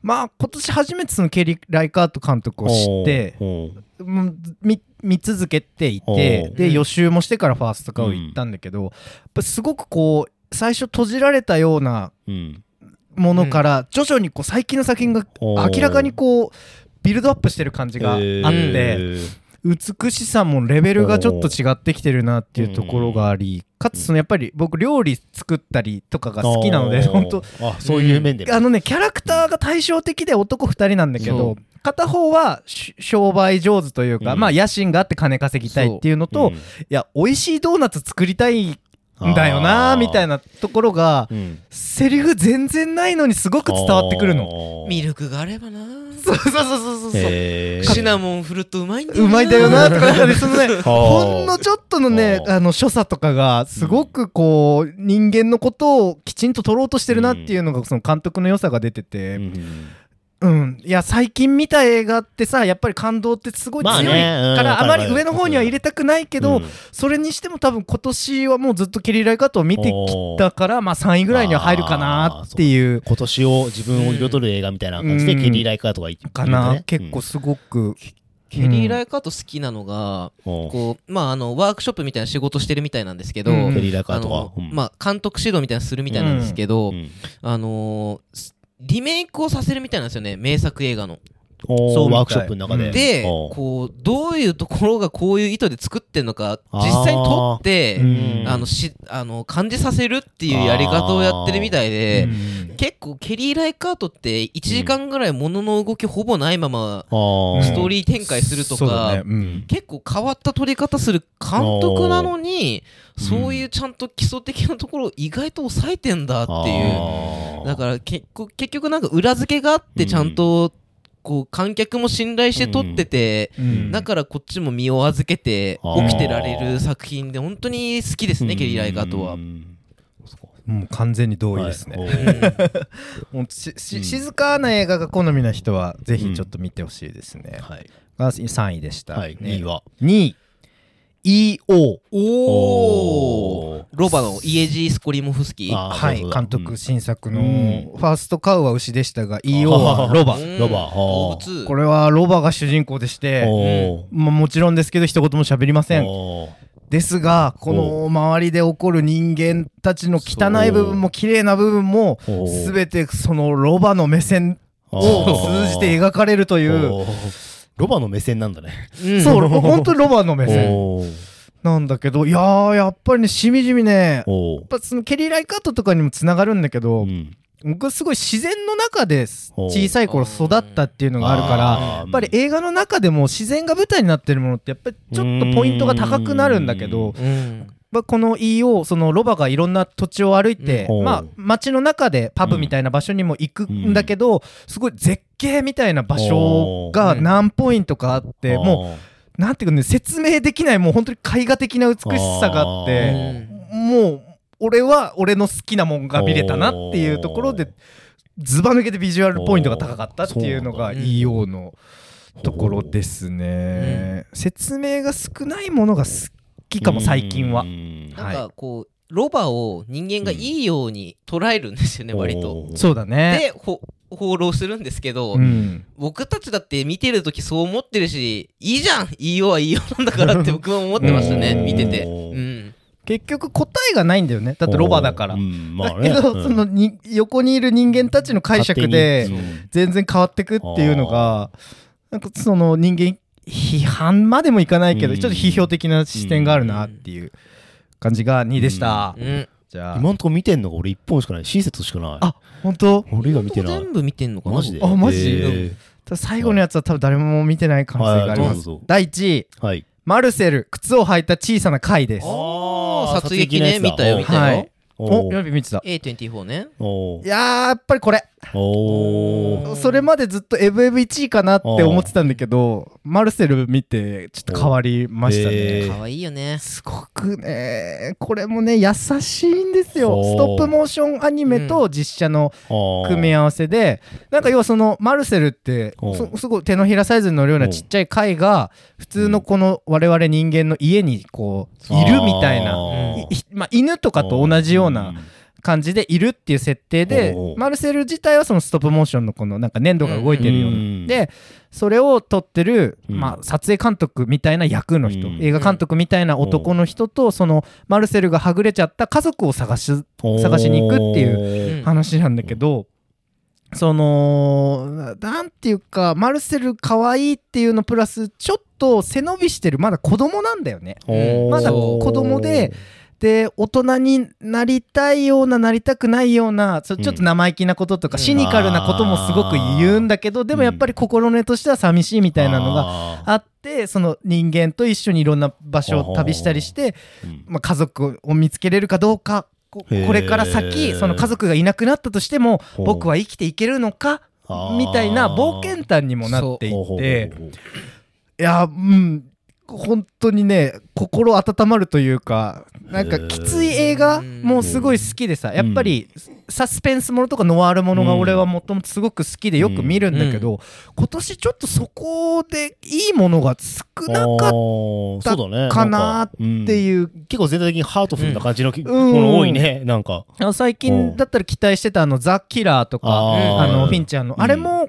[SPEAKER 1] まあ今年初めてそのケリー・ライカート監督を知って。
[SPEAKER 2] おー
[SPEAKER 1] もう見見続けていて
[SPEAKER 2] おう
[SPEAKER 3] う
[SPEAKER 1] で
[SPEAKER 3] ん
[SPEAKER 1] 予習もしてからファーストカウ行ったんだけど、やっぱすごくこう最初閉じられたような
[SPEAKER 2] うん
[SPEAKER 1] ものから徐々にこう最近の作品が
[SPEAKER 2] おー
[SPEAKER 1] 明らかにこうビルドアップしてる感じがあっ
[SPEAKER 2] へ
[SPEAKER 1] て
[SPEAKER 2] ー
[SPEAKER 1] 美しさもレベルがちょっと違ってきてるなっていうところがありかつそのやっぱり僕料理作ったりとかが好きなので
[SPEAKER 2] あー
[SPEAKER 1] 本当
[SPEAKER 2] あそういう面でも
[SPEAKER 1] あのねキャラクターが対照的で男2人なんだけ
[SPEAKER 3] そ
[SPEAKER 1] ど
[SPEAKER 3] う
[SPEAKER 1] 片方はし商売上手というか、
[SPEAKER 2] うん
[SPEAKER 1] まあ野心があって金稼ぎたいっていうのと、
[SPEAKER 2] うん
[SPEAKER 1] いや美味しいドーナツ作りたいんだよなーみたい
[SPEAKER 2] な、
[SPEAKER 1] なところが
[SPEAKER 2] うん、
[SPEAKER 1] セリフ全然ないのにすごく伝わってくるの
[SPEAKER 2] の
[SPEAKER 3] ミ
[SPEAKER 2] る
[SPEAKER 3] ルクがあればな
[SPEAKER 1] そうそうそうそうそう、
[SPEAKER 2] へー
[SPEAKER 3] シナモン振るとうまいんだよ
[SPEAKER 1] うまいだよなとかなんかねそのねほんのちょっとのね
[SPEAKER 2] あー
[SPEAKER 1] あの所作とかがすごくこう人間のことをきちんと取ろうとしてるなっていうのがその監督の良さが出て
[SPEAKER 2] う
[SPEAKER 1] て
[SPEAKER 2] ん
[SPEAKER 1] うんいや最近見た映画ってさやっぱり感動ってすごい強い
[SPEAKER 2] まあねうん
[SPEAKER 1] からあまり上の方には入れたくないけ
[SPEAKER 2] う
[SPEAKER 1] ど
[SPEAKER 2] ん
[SPEAKER 1] それにしても多分今年はもうずっと「キリライカット」を見てきたからまあ3位ぐらいには入るかなっていう
[SPEAKER 2] 今年を自分を彩る映画みたいな感じで、
[SPEAKER 1] うん
[SPEAKER 2] ケリー・ライカーとか言って
[SPEAKER 1] かな結構すごく
[SPEAKER 3] ケリー・ライカート好きなのが、
[SPEAKER 2] 構
[SPEAKER 3] こうまああのワークショップみたいな仕事してるみたいなんですけど、
[SPEAKER 1] うん
[SPEAKER 2] ケリー・ライカ
[SPEAKER 3] あ
[SPEAKER 2] ーとか
[SPEAKER 3] の、まあ監督指導みたいなのするみたいなんですけ
[SPEAKER 2] あ
[SPEAKER 3] ど、
[SPEAKER 2] ん、
[SPEAKER 3] あのーすリメイクをさせるみたいなんですよね名作映画の。
[SPEAKER 2] そうワークショップの中
[SPEAKER 1] う
[SPEAKER 2] で
[SPEAKER 1] ん
[SPEAKER 3] で
[SPEAKER 2] おう
[SPEAKER 3] こうどういうところがこういう意図で作ってんのか実際に撮って
[SPEAKER 1] う
[SPEAKER 3] あ、
[SPEAKER 1] ん
[SPEAKER 2] あ
[SPEAKER 3] のしあの感じさせるっていうやり方をやってるみたいで。
[SPEAKER 1] うん
[SPEAKER 3] 結構ケリー・ライカートって1時間ぐらいものの動きほぼないまま
[SPEAKER 2] あー
[SPEAKER 3] ストーリー展開すると
[SPEAKER 1] そうだ
[SPEAKER 3] か、
[SPEAKER 1] ねうん
[SPEAKER 3] 結構変わった撮り方する監督なのに
[SPEAKER 1] ー
[SPEAKER 3] そういうちゃんと基礎的なところを意外と抑えてんだっていう
[SPEAKER 2] あー
[SPEAKER 3] だから結構結局なんか裏付けがあってちゃんとこう観客も信頼して撮ってて
[SPEAKER 1] うん
[SPEAKER 3] だからこっちも身を預けて
[SPEAKER 2] あー
[SPEAKER 3] 起きてられる作品で本当に好きですねケリー・ライカートは
[SPEAKER 2] う。んそこ
[SPEAKER 1] もう完全に同意ですね、
[SPEAKER 2] はい
[SPEAKER 1] もうしし
[SPEAKER 2] うん
[SPEAKER 1] 静かな映画が好みな人はぜひちょっと見てほしいですね、
[SPEAKER 2] はい
[SPEAKER 1] が3位でした、
[SPEAKER 2] はい
[SPEAKER 1] ね
[SPEAKER 2] 2位は
[SPEAKER 1] 2位 EO
[SPEAKER 3] おーロバのイエジー・スコリモフスキー。
[SPEAKER 2] あー
[SPEAKER 1] はい
[SPEAKER 2] そうだ
[SPEAKER 1] 監督新作
[SPEAKER 2] う
[SPEAKER 1] の
[SPEAKER 2] ん
[SPEAKER 1] 「ファーストカウは牛でしたが EO はロバ
[SPEAKER 3] う」ん
[SPEAKER 2] ロバあー
[SPEAKER 3] 動物。
[SPEAKER 1] これはロバが主人公でして
[SPEAKER 2] おー
[SPEAKER 1] まあもちろんですけど一言も喋りません
[SPEAKER 2] おー
[SPEAKER 1] ですがこの周りで起こる人間たちの汚い部分も綺麗な部分も
[SPEAKER 2] おー
[SPEAKER 1] 全てそのロバの目線を通じて
[SPEAKER 2] い
[SPEAKER 1] 描かれるという
[SPEAKER 2] ロバの目線なんだね
[SPEAKER 3] うん
[SPEAKER 1] そう、本当にロバの目線
[SPEAKER 2] おー
[SPEAKER 1] なんだけど、いやー、やっぱりね、しみじみね、やっ
[SPEAKER 2] おー
[SPEAKER 1] ぱそのケリー・ライカットとかにもつながるんだけど、
[SPEAKER 2] うん
[SPEAKER 1] 僕はすごい自然の中です
[SPEAKER 2] おう
[SPEAKER 1] 小さい頃育ったっていうのがあるから、
[SPEAKER 2] あー
[SPEAKER 1] やっぱり映画の中でも自然が舞台になってるものって、やっぱりちょっとポイントが高くなるんだけ
[SPEAKER 2] う
[SPEAKER 1] ど、
[SPEAKER 3] うん。
[SPEAKER 1] まあ、この EO、そのロバがいろんな土地を歩いて、
[SPEAKER 2] うん
[SPEAKER 1] まあ
[SPEAKER 2] おう、
[SPEAKER 1] 街の中でパブみたいな場所にも行くんだけど、すごい絶景みたいな場所が何ポイントかあって、もう、
[SPEAKER 2] おー
[SPEAKER 1] なんていうかね説明できないもう本当に絵画的な美しさがあっ
[SPEAKER 2] え
[SPEAKER 1] てもう俺は俺の好きなもんが見れたなっていうところでずば抜けてビジュアルポイントが高かったっていうのが
[SPEAKER 3] おー
[SPEAKER 1] EO のところですね、説明が少ないものが好きかも最近は
[SPEAKER 2] う。ん
[SPEAKER 3] なんかこう、ロバを人間がいいように捉えるんですよね、割と。
[SPEAKER 2] おー
[SPEAKER 1] そうだね
[SPEAKER 3] で、ほ放浪するんですけど、
[SPEAKER 1] うん
[SPEAKER 3] 僕たちだって見てるときそう思ってるし、いいじゃんいいよはいいよなんだから って僕は思ってましたね、
[SPEAKER 2] うん
[SPEAKER 3] 見てて。うん。
[SPEAKER 1] 結局答えがないんだよねだってロバだから。
[SPEAKER 2] うんま
[SPEAKER 1] だ
[SPEAKER 2] あ
[SPEAKER 1] け
[SPEAKER 2] ね
[SPEAKER 1] ど、
[SPEAKER 2] うん
[SPEAKER 1] そのに横にいる人間たちの解釈で、
[SPEAKER 2] 勝手に
[SPEAKER 1] 全然変わってくっていうのがなんかその人間批判までもいかないけど、
[SPEAKER 2] うん
[SPEAKER 1] ちょっと批評的な視点があるなっていう感じが2位でした、
[SPEAKER 3] うん。
[SPEAKER 1] じゃ
[SPEAKER 2] うん
[SPEAKER 1] あ
[SPEAKER 2] 今んとこ見てんのが俺一本しかない親切しかない
[SPEAKER 1] あ本当
[SPEAKER 2] 俺が見てない
[SPEAKER 3] 全部見てんのかな
[SPEAKER 2] マジで
[SPEAKER 1] あマジ
[SPEAKER 2] え
[SPEAKER 1] ただ最後のやつは多分誰も見てない可
[SPEAKER 2] ー
[SPEAKER 1] 能性があり
[SPEAKER 2] は
[SPEAKER 1] ます、
[SPEAKER 2] いどうぞどうぞ
[SPEAKER 1] 第1位
[SPEAKER 2] はい
[SPEAKER 1] マルセル靴を履いた小さな貝です
[SPEAKER 2] あ
[SPEAKER 3] あ
[SPEAKER 2] ー
[SPEAKER 3] あ、殺撃ね、
[SPEAKER 2] 殺撃のやつだ
[SPEAKER 3] 見たよ、見た
[SPEAKER 1] は
[SPEAKER 3] よ
[SPEAKER 1] い。おやべ見てた
[SPEAKER 3] A24 ね。
[SPEAKER 2] お
[SPEAKER 1] いやーやっぱりこれ
[SPEAKER 2] おー
[SPEAKER 3] うん
[SPEAKER 1] それまでずっと「エブエブ1位かなって思ってたんだけどマルセル見てちょっと変わりましたね、
[SPEAKER 2] おえー
[SPEAKER 3] 可愛いよね。
[SPEAKER 1] すごくねこれもね優しいんですよ
[SPEAKER 2] ほう
[SPEAKER 1] ストップモーションアニメと実写の組み合わせで、なんか要はそのマルセルって
[SPEAKER 2] ほう
[SPEAKER 1] そすごい手のひらサイズに乗るような
[SPEAKER 2] ほう
[SPEAKER 1] ちっちゃい貝が普通のこの我々人間の家にこういるみたいな。
[SPEAKER 3] うん
[SPEAKER 1] いまあ、犬とかと同じような感じでいるっていう設定で
[SPEAKER 2] ほう
[SPEAKER 1] マルセル自体はそのストップモーションのこのなんか粘土が動いてるようなでそれを撮ってる、
[SPEAKER 2] うん
[SPEAKER 1] まあ、撮影監督みたいな役の人、
[SPEAKER 2] うん
[SPEAKER 1] 映画監督みたいな男の人と、そのマルセルがはぐれちゃった家族を探す探しに行くって
[SPEAKER 2] いう
[SPEAKER 1] 話なんだけど、そのななんていうかマルセル可愛いっていうのプラスちょっと背伸びしてるまだ子供なんだよね。
[SPEAKER 3] うん
[SPEAKER 1] まだ子供でで大人になりたいようななりたくないようなそうちょっと生意気なこととか、
[SPEAKER 2] うん
[SPEAKER 1] シニカルなこともすごく言うんだけどでもやっぱり心根としては寂しいみたいなのが
[SPEAKER 2] が
[SPEAKER 1] あってその人間と一緒にいろんな場所を旅したりして、まあ、家族を見つけれるかどうかこ
[SPEAKER 2] へー
[SPEAKER 1] これから先その家族がいなくなったとしても
[SPEAKER 2] ほう
[SPEAKER 1] 僕は生きていけるのか
[SPEAKER 2] あー
[SPEAKER 1] みたいな冒険譚にもなっていっていやうん本当にね心温まるというかなんか
[SPEAKER 2] へー
[SPEAKER 1] きつい映画もすごい好きでさやっぱりサスペンスものとかノワールものが俺はもともとすごく好きでよく見るんだけど今年ちょっとそこでいいものが少なかっ
[SPEAKER 2] った
[SPEAKER 1] かなーって
[SPEAKER 2] う
[SPEAKER 1] いう
[SPEAKER 2] 結構全体的にハートフルな感じのきも
[SPEAKER 1] うん
[SPEAKER 2] の多いねなんか
[SPEAKER 1] あの最
[SPEAKER 2] お
[SPEAKER 1] 近
[SPEAKER 2] う
[SPEAKER 1] だったら期待してたあのザ・キラーとか
[SPEAKER 2] あ
[SPEAKER 1] あ
[SPEAKER 2] ー
[SPEAKER 1] のフィンチャーの、
[SPEAKER 2] うん
[SPEAKER 1] あれも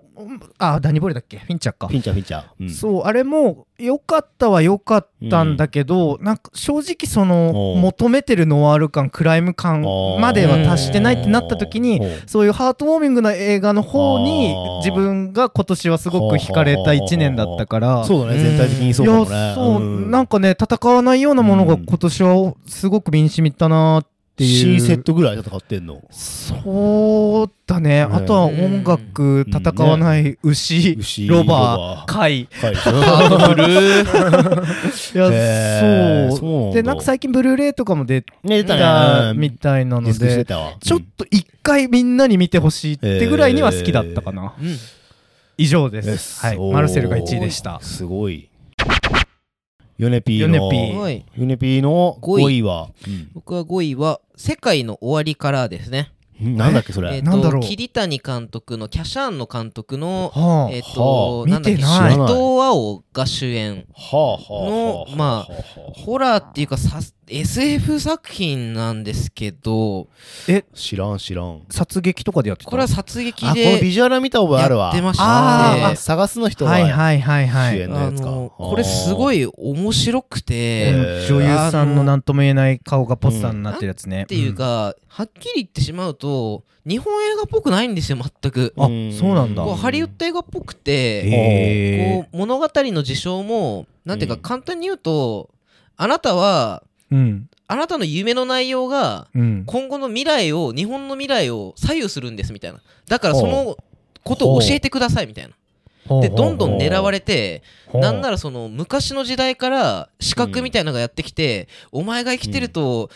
[SPEAKER 1] あダニボイルだっけフィンチャーか
[SPEAKER 2] フィンチャーフィンチャーうん
[SPEAKER 1] そうあれも良かったは良かったんだけど、なんか正直その
[SPEAKER 2] おう
[SPEAKER 1] 求めてるノワール感クライム感までは達してないってなった時に
[SPEAKER 2] ほう
[SPEAKER 1] そういうハートウォーミングな映画の方に
[SPEAKER 2] あー
[SPEAKER 1] 自分が今年はすごく惹かれた1年だったから
[SPEAKER 2] そうだね全体的にそう
[SPEAKER 1] い
[SPEAKER 2] かも
[SPEAKER 1] や
[SPEAKER 2] ね
[SPEAKER 1] そう、
[SPEAKER 2] うん
[SPEAKER 1] なんかね戦わないようなものが
[SPEAKER 2] うん
[SPEAKER 1] 今年はすごく身にしみたなっていう
[SPEAKER 2] C セットぐらい戦ってんの
[SPEAKER 1] そうだね、
[SPEAKER 2] ね
[SPEAKER 1] あとは音楽
[SPEAKER 2] うん
[SPEAKER 1] 戦わない牛、
[SPEAKER 2] 牛
[SPEAKER 1] ロバ
[SPEAKER 2] ロ
[SPEAKER 1] ー
[SPEAKER 2] バー
[SPEAKER 1] 貝 い
[SPEAKER 2] はい
[SPEAKER 1] や、
[SPEAKER 2] へー
[SPEAKER 1] そう
[SPEAKER 2] そう
[SPEAKER 1] でなんか
[SPEAKER 2] さ
[SPEAKER 1] 最近ブルーレイとかも出
[SPEAKER 2] ね出た
[SPEAKER 1] た
[SPEAKER 2] ね
[SPEAKER 1] みたいな
[SPEAKER 2] デ
[SPEAKER 1] の
[SPEAKER 2] ィスクして
[SPEAKER 1] で
[SPEAKER 2] たわ
[SPEAKER 1] ちょっと一回みんなに見てほしいってぐらいには好きだったかな、
[SPEAKER 3] うん
[SPEAKER 1] 以上で
[SPEAKER 2] えっ
[SPEAKER 1] す、
[SPEAKER 2] そ
[SPEAKER 1] はい、マルセルが1位でした
[SPEAKER 2] すごいヨネピーの
[SPEAKER 1] ヨネピー
[SPEAKER 3] は
[SPEAKER 2] ヨ
[SPEAKER 3] い
[SPEAKER 2] ネピーの
[SPEAKER 3] 五位
[SPEAKER 2] 5位はうん
[SPEAKER 3] 僕は5位は「世界の終わりから」ですね。
[SPEAKER 2] うんなんだっけそれ
[SPEAKER 3] え
[SPEAKER 2] 知
[SPEAKER 3] っ
[SPEAKER 1] なんだろ
[SPEAKER 3] と
[SPEAKER 1] う
[SPEAKER 3] 桐谷監督のキャシャーンの監督の
[SPEAKER 1] はあ、
[SPEAKER 3] えっと
[SPEAKER 2] は
[SPEAKER 1] あ
[SPEAKER 3] なんだっけ
[SPEAKER 1] 見て
[SPEAKER 3] 伊藤
[SPEAKER 1] ない
[SPEAKER 3] 青が主演
[SPEAKER 2] はあはあはあ
[SPEAKER 3] のまあホラーっていうかさ SF 作品なんですけど
[SPEAKER 2] 知らん知らん
[SPEAKER 1] 殺撃とかでやってた
[SPEAKER 3] これは殺撃
[SPEAKER 2] あこのビ
[SPEAKER 3] で
[SPEAKER 2] ジュアル見た覚えあるわ
[SPEAKER 3] やってました
[SPEAKER 1] ね
[SPEAKER 2] あー探すの人
[SPEAKER 1] はい
[SPEAKER 2] は
[SPEAKER 1] はいはいは
[SPEAKER 2] 主
[SPEAKER 1] い
[SPEAKER 2] 演のや
[SPEAKER 3] あ
[SPEAKER 2] つか
[SPEAKER 3] のこれすご
[SPEAKER 2] い
[SPEAKER 3] い面白くて、
[SPEAKER 2] えー
[SPEAKER 1] 女優さんの何とも言えない顔がポスターになってるやつね、
[SPEAKER 3] っていうか、はっきり言ってしまうと日本映画っぽくないんですよ全く
[SPEAKER 1] あそうなんだ
[SPEAKER 3] こうハリウッド映画っぽくて、
[SPEAKER 1] へ
[SPEAKER 3] こう物語の事象もなんていうか、
[SPEAKER 2] うん
[SPEAKER 3] 簡単に言うとあなたは
[SPEAKER 1] ーうん
[SPEAKER 3] あなたの夢の内容が
[SPEAKER 1] うん
[SPEAKER 3] 今後の未来を日本の未来を左右するんですみたいなだからそのことを教えてくださいみたいなでどんどん狙われてなんならその昔の時代から資格みたいなのがやってきて、お前が生きてると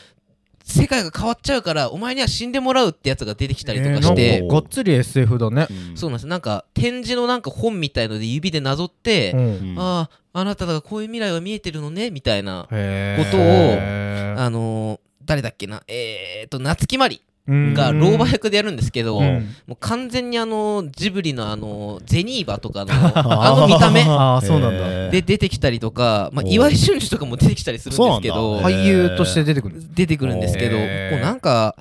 [SPEAKER 3] 世界が変わっちゃうからお前には死んでもらうってやつが出てきたりとかし
[SPEAKER 1] えー
[SPEAKER 3] て、
[SPEAKER 1] なんかがっつり SF だね、
[SPEAKER 3] そうなんですなんか展示のなんか本みたいので指でなぞって、
[SPEAKER 1] うん
[SPEAKER 3] あああなたがこういう未来が見えてるのねみたいな、
[SPEAKER 1] ことを
[SPEAKER 3] をあのー誰だっけなえー、っと夏木マリ
[SPEAKER 1] うん
[SPEAKER 3] が老婆役でやるんですけど、
[SPEAKER 1] うん
[SPEAKER 3] もう完全にあのジブリのあのゼニーバと かのあの見た目
[SPEAKER 1] ああそうなんだ
[SPEAKER 3] で出てきたりとか、まあ、
[SPEAKER 2] おう
[SPEAKER 3] 岩井俊二とかも出てきたりするんですけ
[SPEAKER 2] そう
[SPEAKER 3] ど
[SPEAKER 2] なんだ
[SPEAKER 3] はい
[SPEAKER 1] 俳優として出てくる
[SPEAKER 3] 出てくるんですけどこ
[SPEAKER 1] へー
[SPEAKER 3] うなんか、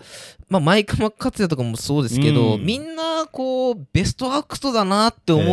[SPEAKER 3] まあ、マイク・マッカツヤとかもそうですけど、
[SPEAKER 2] うん
[SPEAKER 3] みんなこうベストアクトだなって思う、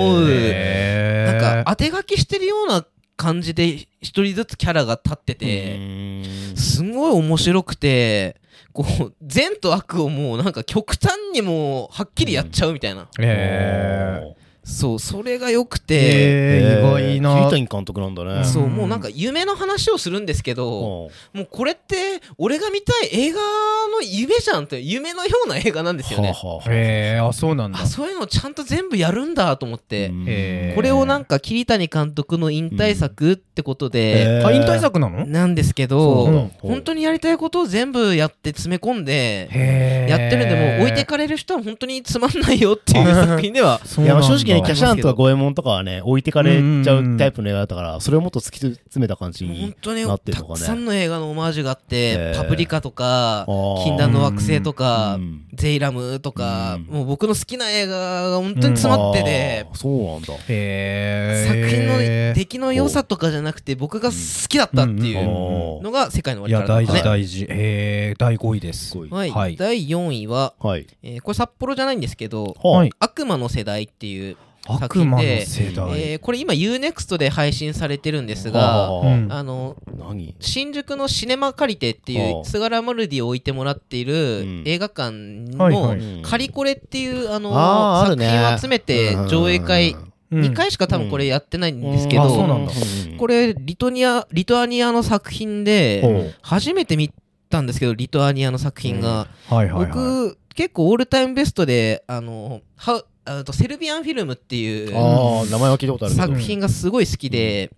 [SPEAKER 1] な
[SPEAKER 3] なんか当て書きしてるような感じで一人ずつキャラが立ってて、すごい面白くてこう善と悪をもうなんか極端にもうはっきりやっちゃうみたいな、
[SPEAKER 1] え
[SPEAKER 3] そうそれが良く
[SPEAKER 1] ー
[SPEAKER 3] て、
[SPEAKER 1] えー意外な
[SPEAKER 2] 桐谷監督なんだね
[SPEAKER 3] そう
[SPEAKER 1] うん
[SPEAKER 3] もうなんか夢の話をするんですけど、
[SPEAKER 2] うん
[SPEAKER 3] もうこれって俺が見たい映画の夢じゃんって夢のような映画なんですよね。
[SPEAKER 2] はあはあはあ
[SPEAKER 1] えーあそうなんだ
[SPEAKER 3] あそういうのちゃんと全部やるんだと思って、
[SPEAKER 2] うん
[SPEAKER 1] えー
[SPEAKER 3] これをなんか桐谷監督の引退作ってこと
[SPEAKER 2] え
[SPEAKER 3] で、
[SPEAKER 1] あ引退作なの
[SPEAKER 3] なんですけ
[SPEAKER 1] そう
[SPEAKER 3] ど
[SPEAKER 1] なんだ
[SPEAKER 3] 本当にやりたいことを全部やって詰め込んで
[SPEAKER 1] へー
[SPEAKER 3] やってるんでもう置いてかれる人は本当につまんないよっていう作品では
[SPEAKER 1] そう
[SPEAKER 2] い
[SPEAKER 1] な
[SPEAKER 2] や
[SPEAKER 1] ん
[SPEAKER 2] まあ
[SPEAKER 1] だ
[SPEAKER 2] 正直ねキャシャンとか五右衛門とかはね置いてかれちゃうタイプの映画だったからそれをもっと突き詰めた感じ
[SPEAKER 3] 本
[SPEAKER 2] に
[SPEAKER 3] 当に
[SPEAKER 2] なってる
[SPEAKER 3] た
[SPEAKER 2] のかね
[SPEAKER 3] くさんの映画のオマージュがあって
[SPEAKER 2] え
[SPEAKER 3] 「
[SPEAKER 2] ー
[SPEAKER 3] パプリカ」とか
[SPEAKER 2] あー
[SPEAKER 3] 「禁断の惑星」とか
[SPEAKER 2] うん
[SPEAKER 3] ゼイラムとか、
[SPEAKER 2] うん
[SPEAKER 3] もう僕の好きな映画が本当に詰まってて
[SPEAKER 2] あ、ーそうなんだ
[SPEAKER 1] へー
[SPEAKER 3] 作品の出来の良さとかじゃなくて僕が好きだったってい
[SPEAKER 1] ん
[SPEAKER 3] う
[SPEAKER 2] あー
[SPEAKER 3] のが世界の
[SPEAKER 1] い
[SPEAKER 3] 終わ
[SPEAKER 1] や
[SPEAKER 3] りから
[SPEAKER 1] 大
[SPEAKER 3] です
[SPEAKER 1] 事大事
[SPEAKER 3] ね。
[SPEAKER 1] えー第5位です
[SPEAKER 2] すごい
[SPEAKER 3] はい、
[SPEAKER 1] はい
[SPEAKER 3] 第4位は、
[SPEAKER 2] はい
[SPEAKER 3] えーこれ札幌じゃないんですけど
[SPEAKER 2] はあ
[SPEAKER 1] はい
[SPEAKER 3] 「悪魔の世代」っていう、作
[SPEAKER 1] 悪
[SPEAKER 3] 品
[SPEAKER 1] 魔の
[SPEAKER 3] で
[SPEAKER 1] 世代
[SPEAKER 3] えーこれ今 UNEXT で配信されてるんです
[SPEAKER 2] はあ
[SPEAKER 3] が、
[SPEAKER 2] はあはあ
[SPEAKER 1] うん
[SPEAKER 3] あの
[SPEAKER 2] 何
[SPEAKER 3] 新宿のシネマカリテってい
[SPEAKER 2] はあ
[SPEAKER 3] う菅原マルディを置いてもらってい
[SPEAKER 2] うん
[SPEAKER 3] る映画館
[SPEAKER 1] はいは
[SPEAKER 3] の
[SPEAKER 1] い
[SPEAKER 2] うん
[SPEAKER 3] カリコレっていうあの
[SPEAKER 2] あーある
[SPEAKER 3] 作
[SPEAKER 2] ね
[SPEAKER 3] 品を集めて上映会
[SPEAKER 1] うん
[SPEAKER 3] 2回しか多分これやってないんですけ
[SPEAKER 1] うんあそうな
[SPEAKER 3] ど
[SPEAKER 1] んだ
[SPEAKER 3] これリトニアリトアニアの作品で初めて見たんですけどリトアニアの作品が、
[SPEAKER 1] はいはいはい
[SPEAKER 3] 僕結構オールタイムベストであのハウあとセルビアンフィルムっていう
[SPEAKER 2] ああ名前は聞いたことあるけど
[SPEAKER 3] 作品がすごい好きで、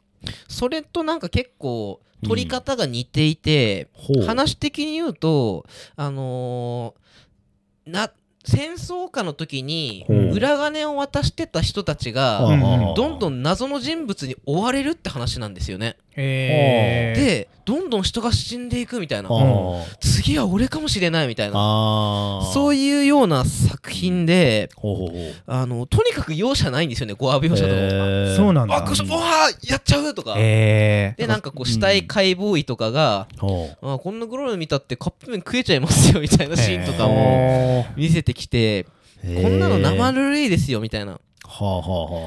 [SPEAKER 3] それとなんか結構撮り方が似ていて、
[SPEAKER 2] ほう
[SPEAKER 3] 話的に言うとあのーな戦争下の時に
[SPEAKER 2] ほう
[SPEAKER 3] 裏金を渡してた人たち
[SPEAKER 2] ああ
[SPEAKER 1] う
[SPEAKER 3] が
[SPEAKER 1] ん
[SPEAKER 2] ああ
[SPEAKER 3] どんどん謎の人物に追われるって話なんですよね。
[SPEAKER 1] えー、
[SPEAKER 3] でどんどん人が死んでいくみたいな
[SPEAKER 2] ああ
[SPEAKER 3] 次は俺かもしれないみたいな
[SPEAKER 2] ああ
[SPEAKER 3] そう
[SPEAKER 2] いう
[SPEAKER 3] いうような作品で
[SPEAKER 2] ほうほうほう
[SPEAKER 3] あのとにかく容赦ないんですよねゴア描写とかも。
[SPEAKER 2] えー
[SPEAKER 1] そうなんだ
[SPEAKER 3] あこしうわーやっちゃうとか。
[SPEAKER 1] えー、
[SPEAKER 3] でなんかこう死体解剖医とかが、
[SPEAKER 2] ほ
[SPEAKER 3] あこんなグロー見たってカップ麺食えちゃいますよみたいなシーンとかも
[SPEAKER 1] おー
[SPEAKER 3] 見せてきて、
[SPEAKER 2] う
[SPEAKER 3] こんなの生
[SPEAKER 2] は
[SPEAKER 3] ぬるいですよみたいな
[SPEAKER 2] あはあ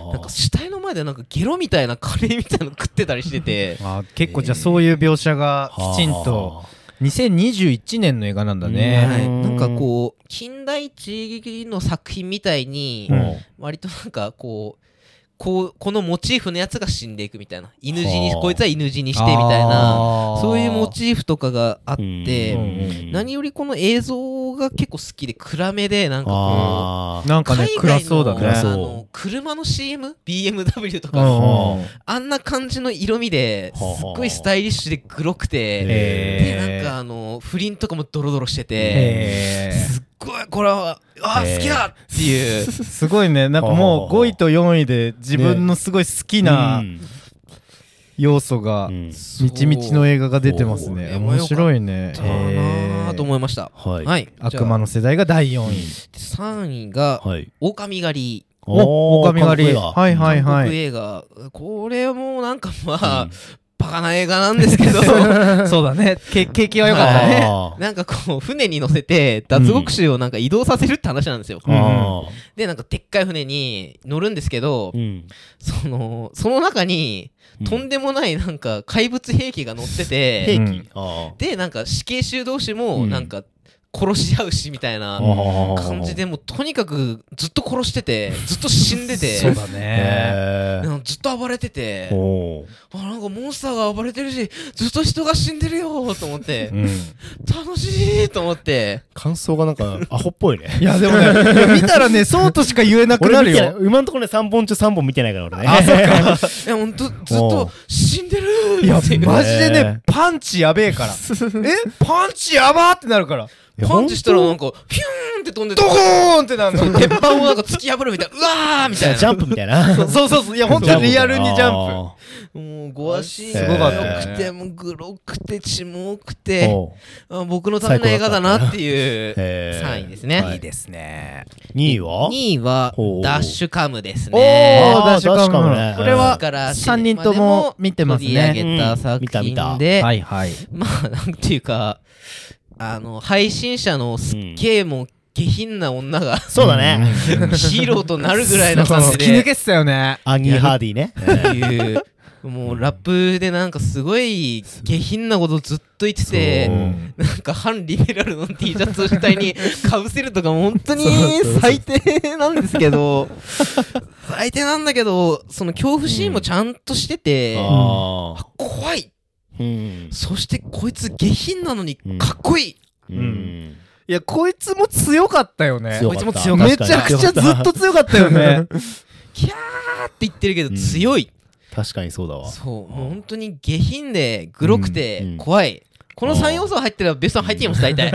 [SPEAKER 2] はあ
[SPEAKER 3] なんか死体の前でなんかゲロみたいなカレーみたいなの食ってたりし てて
[SPEAKER 1] あ結構じゃあそういう描写がきちんと2021年の映画なんだね、
[SPEAKER 3] はい、
[SPEAKER 2] うん
[SPEAKER 3] なんかこう近代一撃の作品みたいに
[SPEAKER 1] うん
[SPEAKER 3] 割となんかこうこうこのモチーフのやつが死んでいくみたいな犬死にこいつは犬死にしてみたい
[SPEAKER 1] あ
[SPEAKER 3] な
[SPEAKER 1] ー
[SPEAKER 3] そういうモチーフとかがあって、
[SPEAKER 1] うん
[SPEAKER 3] 何よりこの映像が結構好きで暗めでなんかこ
[SPEAKER 2] あ
[SPEAKER 1] うんなん
[SPEAKER 3] う
[SPEAKER 1] かね
[SPEAKER 3] 海
[SPEAKER 1] 暗
[SPEAKER 3] 外
[SPEAKER 1] そうだ
[SPEAKER 3] の,、
[SPEAKER 1] ね
[SPEAKER 2] 暗
[SPEAKER 3] あ
[SPEAKER 2] そう
[SPEAKER 3] の車の CMBMW と
[SPEAKER 1] うん
[SPEAKER 3] か
[SPEAKER 1] うん
[SPEAKER 3] あんな感じの色味です
[SPEAKER 2] はあはあ
[SPEAKER 3] っごいスタイリッシュでグロくて、
[SPEAKER 1] えー
[SPEAKER 3] でなんかあの不倫とかもドロドロしてて、
[SPEAKER 1] えー
[SPEAKER 3] すっごいこれはあー
[SPEAKER 2] えー
[SPEAKER 3] 好きだってい う、
[SPEAKER 1] すごいねなんかもう5位と4位で自分のすごい好きな要素がみちみちの映画が出てますね
[SPEAKER 3] そう
[SPEAKER 1] 面白いね
[SPEAKER 3] だなーと
[SPEAKER 1] えー
[SPEAKER 3] 思いました。
[SPEAKER 2] はい
[SPEAKER 3] はい、
[SPEAKER 1] 悪魔
[SPEAKER 3] の
[SPEAKER 1] の世代が第4位
[SPEAKER 3] 3位が
[SPEAKER 2] はい
[SPEAKER 3] 狼狩り
[SPEAKER 1] お
[SPEAKER 2] ー
[SPEAKER 1] 狼狩り
[SPEAKER 2] かっこ
[SPEAKER 1] はいい
[SPEAKER 2] いわ
[SPEAKER 1] はいは
[SPEAKER 3] 韓国
[SPEAKER 1] い
[SPEAKER 3] 映画これもなんかまあ、
[SPEAKER 2] うん
[SPEAKER 3] バカな映画なんです けど
[SPEAKER 1] そうだねけ景気は良かったね
[SPEAKER 2] あー
[SPEAKER 3] なんかこう船に乗せて脱獄囚をなんか移動させるって話なんですよ、
[SPEAKER 1] うん
[SPEAKER 2] あ
[SPEAKER 3] でなんかでっかい船に乗るんですけど
[SPEAKER 2] ーうん
[SPEAKER 3] そのその中に
[SPEAKER 2] うん
[SPEAKER 3] とんでもないなんか怪物兵器が乗ってて、
[SPEAKER 1] う
[SPEAKER 2] 兵
[SPEAKER 1] ん
[SPEAKER 2] 器あ
[SPEAKER 3] でなんか死刑囚同士
[SPEAKER 2] う
[SPEAKER 3] も
[SPEAKER 2] ん
[SPEAKER 3] なんか殺し合うしみたいな
[SPEAKER 2] ー
[SPEAKER 3] 感じでもうとにかくずっと殺しててずっと死んでて
[SPEAKER 1] そうだね
[SPEAKER 2] へ
[SPEAKER 3] なんかずっと暴れてて
[SPEAKER 2] ーおー
[SPEAKER 3] あなんかモンスターが暴れてるしずっと人が死んでるよーと思って
[SPEAKER 1] うん
[SPEAKER 3] 楽しいと思って
[SPEAKER 2] 感想がなんかアホっぽいね
[SPEAKER 1] いやでもねいや見たらねそうとしか言えなく
[SPEAKER 2] 俺
[SPEAKER 1] な
[SPEAKER 2] 見
[SPEAKER 1] る
[SPEAKER 2] てない
[SPEAKER 1] よ
[SPEAKER 2] 今のところね3本中3本見てないから俺ね
[SPEAKER 1] あそっか
[SPEAKER 3] いやほんとずっ
[SPEAKER 2] おう
[SPEAKER 3] と死んでる
[SPEAKER 1] いや
[SPEAKER 3] ーっていう
[SPEAKER 1] マジで
[SPEAKER 2] え
[SPEAKER 1] ねパンチやべえからえパンチやばーってなるから
[SPEAKER 2] いや
[SPEAKER 3] パンチしたらなんかピューンって飛んで
[SPEAKER 1] ド
[SPEAKER 3] て
[SPEAKER 1] コーンってなるの
[SPEAKER 3] 鉄板をなんか突き破るみたいなうわーみたい
[SPEAKER 2] ジャ
[SPEAKER 3] な
[SPEAKER 2] ンプみたいな
[SPEAKER 1] そうそうそうそういや 本当にリアルにジャンプ
[SPEAKER 2] ン
[SPEAKER 3] もうゴアシーン
[SPEAKER 2] す
[SPEAKER 1] ごかったね
[SPEAKER 3] よくてもうグロくて血も多く
[SPEAKER 2] プ
[SPEAKER 3] て
[SPEAKER 2] お
[SPEAKER 3] あ僕のための映画だなっていう
[SPEAKER 2] へ ー
[SPEAKER 3] 3位ですね、
[SPEAKER 2] はい
[SPEAKER 1] いですね
[SPEAKER 2] 2位は
[SPEAKER 3] 2位は
[SPEAKER 2] ほう
[SPEAKER 3] ダッシュカムです
[SPEAKER 1] お
[SPEAKER 3] ね
[SPEAKER 1] ー
[SPEAKER 2] あー
[SPEAKER 1] ダッシュカ
[SPEAKER 2] ダッシュカ
[SPEAKER 1] ム
[SPEAKER 2] ムね
[SPEAKER 1] これは
[SPEAKER 3] から
[SPEAKER 1] 3人とも見てます
[SPEAKER 3] 取り上
[SPEAKER 1] ね
[SPEAKER 3] げた作
[SPEAKER 2] うん見た
[SPEAKER 3] 品
[SPEAKER 2] 見
[SPEAKER 3] で、
[SPEAKER 1] はいはい
[SPEAKER 3] まあなんていうかあの配信者のすっげえもう下品な女が
[SPEAKER 2] そうだね
[SPEAKER 3] ヒーローとなるぐらいの感
[SPEAKER 1] 突
[SPEAKER 3] じ
[SPEAKER 1] き抜
[SPEAKER 3] で
[SPEAKER 1] けてたよね
[SPEAKER 2] アンギー・ハーディね
[SPEAKER 3] っていうもうラップでなんかすごい下品なことずっと言って
[SPEAKER 2] そう
[SPEAKER 3] て。
[SPEAKER 2] ん
[SPEAKER 3] なんか反リベラルの T シャツを体 にかぶせるとかも本当に最低なんですけ ど最低なんだけどその恐怖シーンもちゃんとしてて
[SPEAKER 2] あー
[SPEAKER 3] あ怖い
[SPEAKER 2] うん
[SPEAKER 3] そしてこいつ下品なのにかっこいい、
[SPEAKER 2] うん
[SPEAKER 1] いやこいつも強かったよね
[SPEAKER 2] 強
[SPEAKER 3] こいつも
[SPEAKER 2] 強
[SPEAKER 3] 強
[SPEAKER 2] か
[SPEAKER 3] か
[SPEAKER 2] っ
[SPEAKER 3] った
[SPEAKER 1] めち
[SPEAKER 2] 確かに
[SPEAKER 1] ゃくちゃずっと強かったよね
[SPEAKER 3] キャーって言ってるけど強い、
[SPEAKER 2] 確かにそうだわ
[SPEAKER 3] そうもう本当に下品でグロく
[SPEAKER 2] うん
[SPEAKER 3] て怖い、この
[SPEAKER 2] あー
[SPEAKER 3] 3要素入ってればベスト入ってきます大体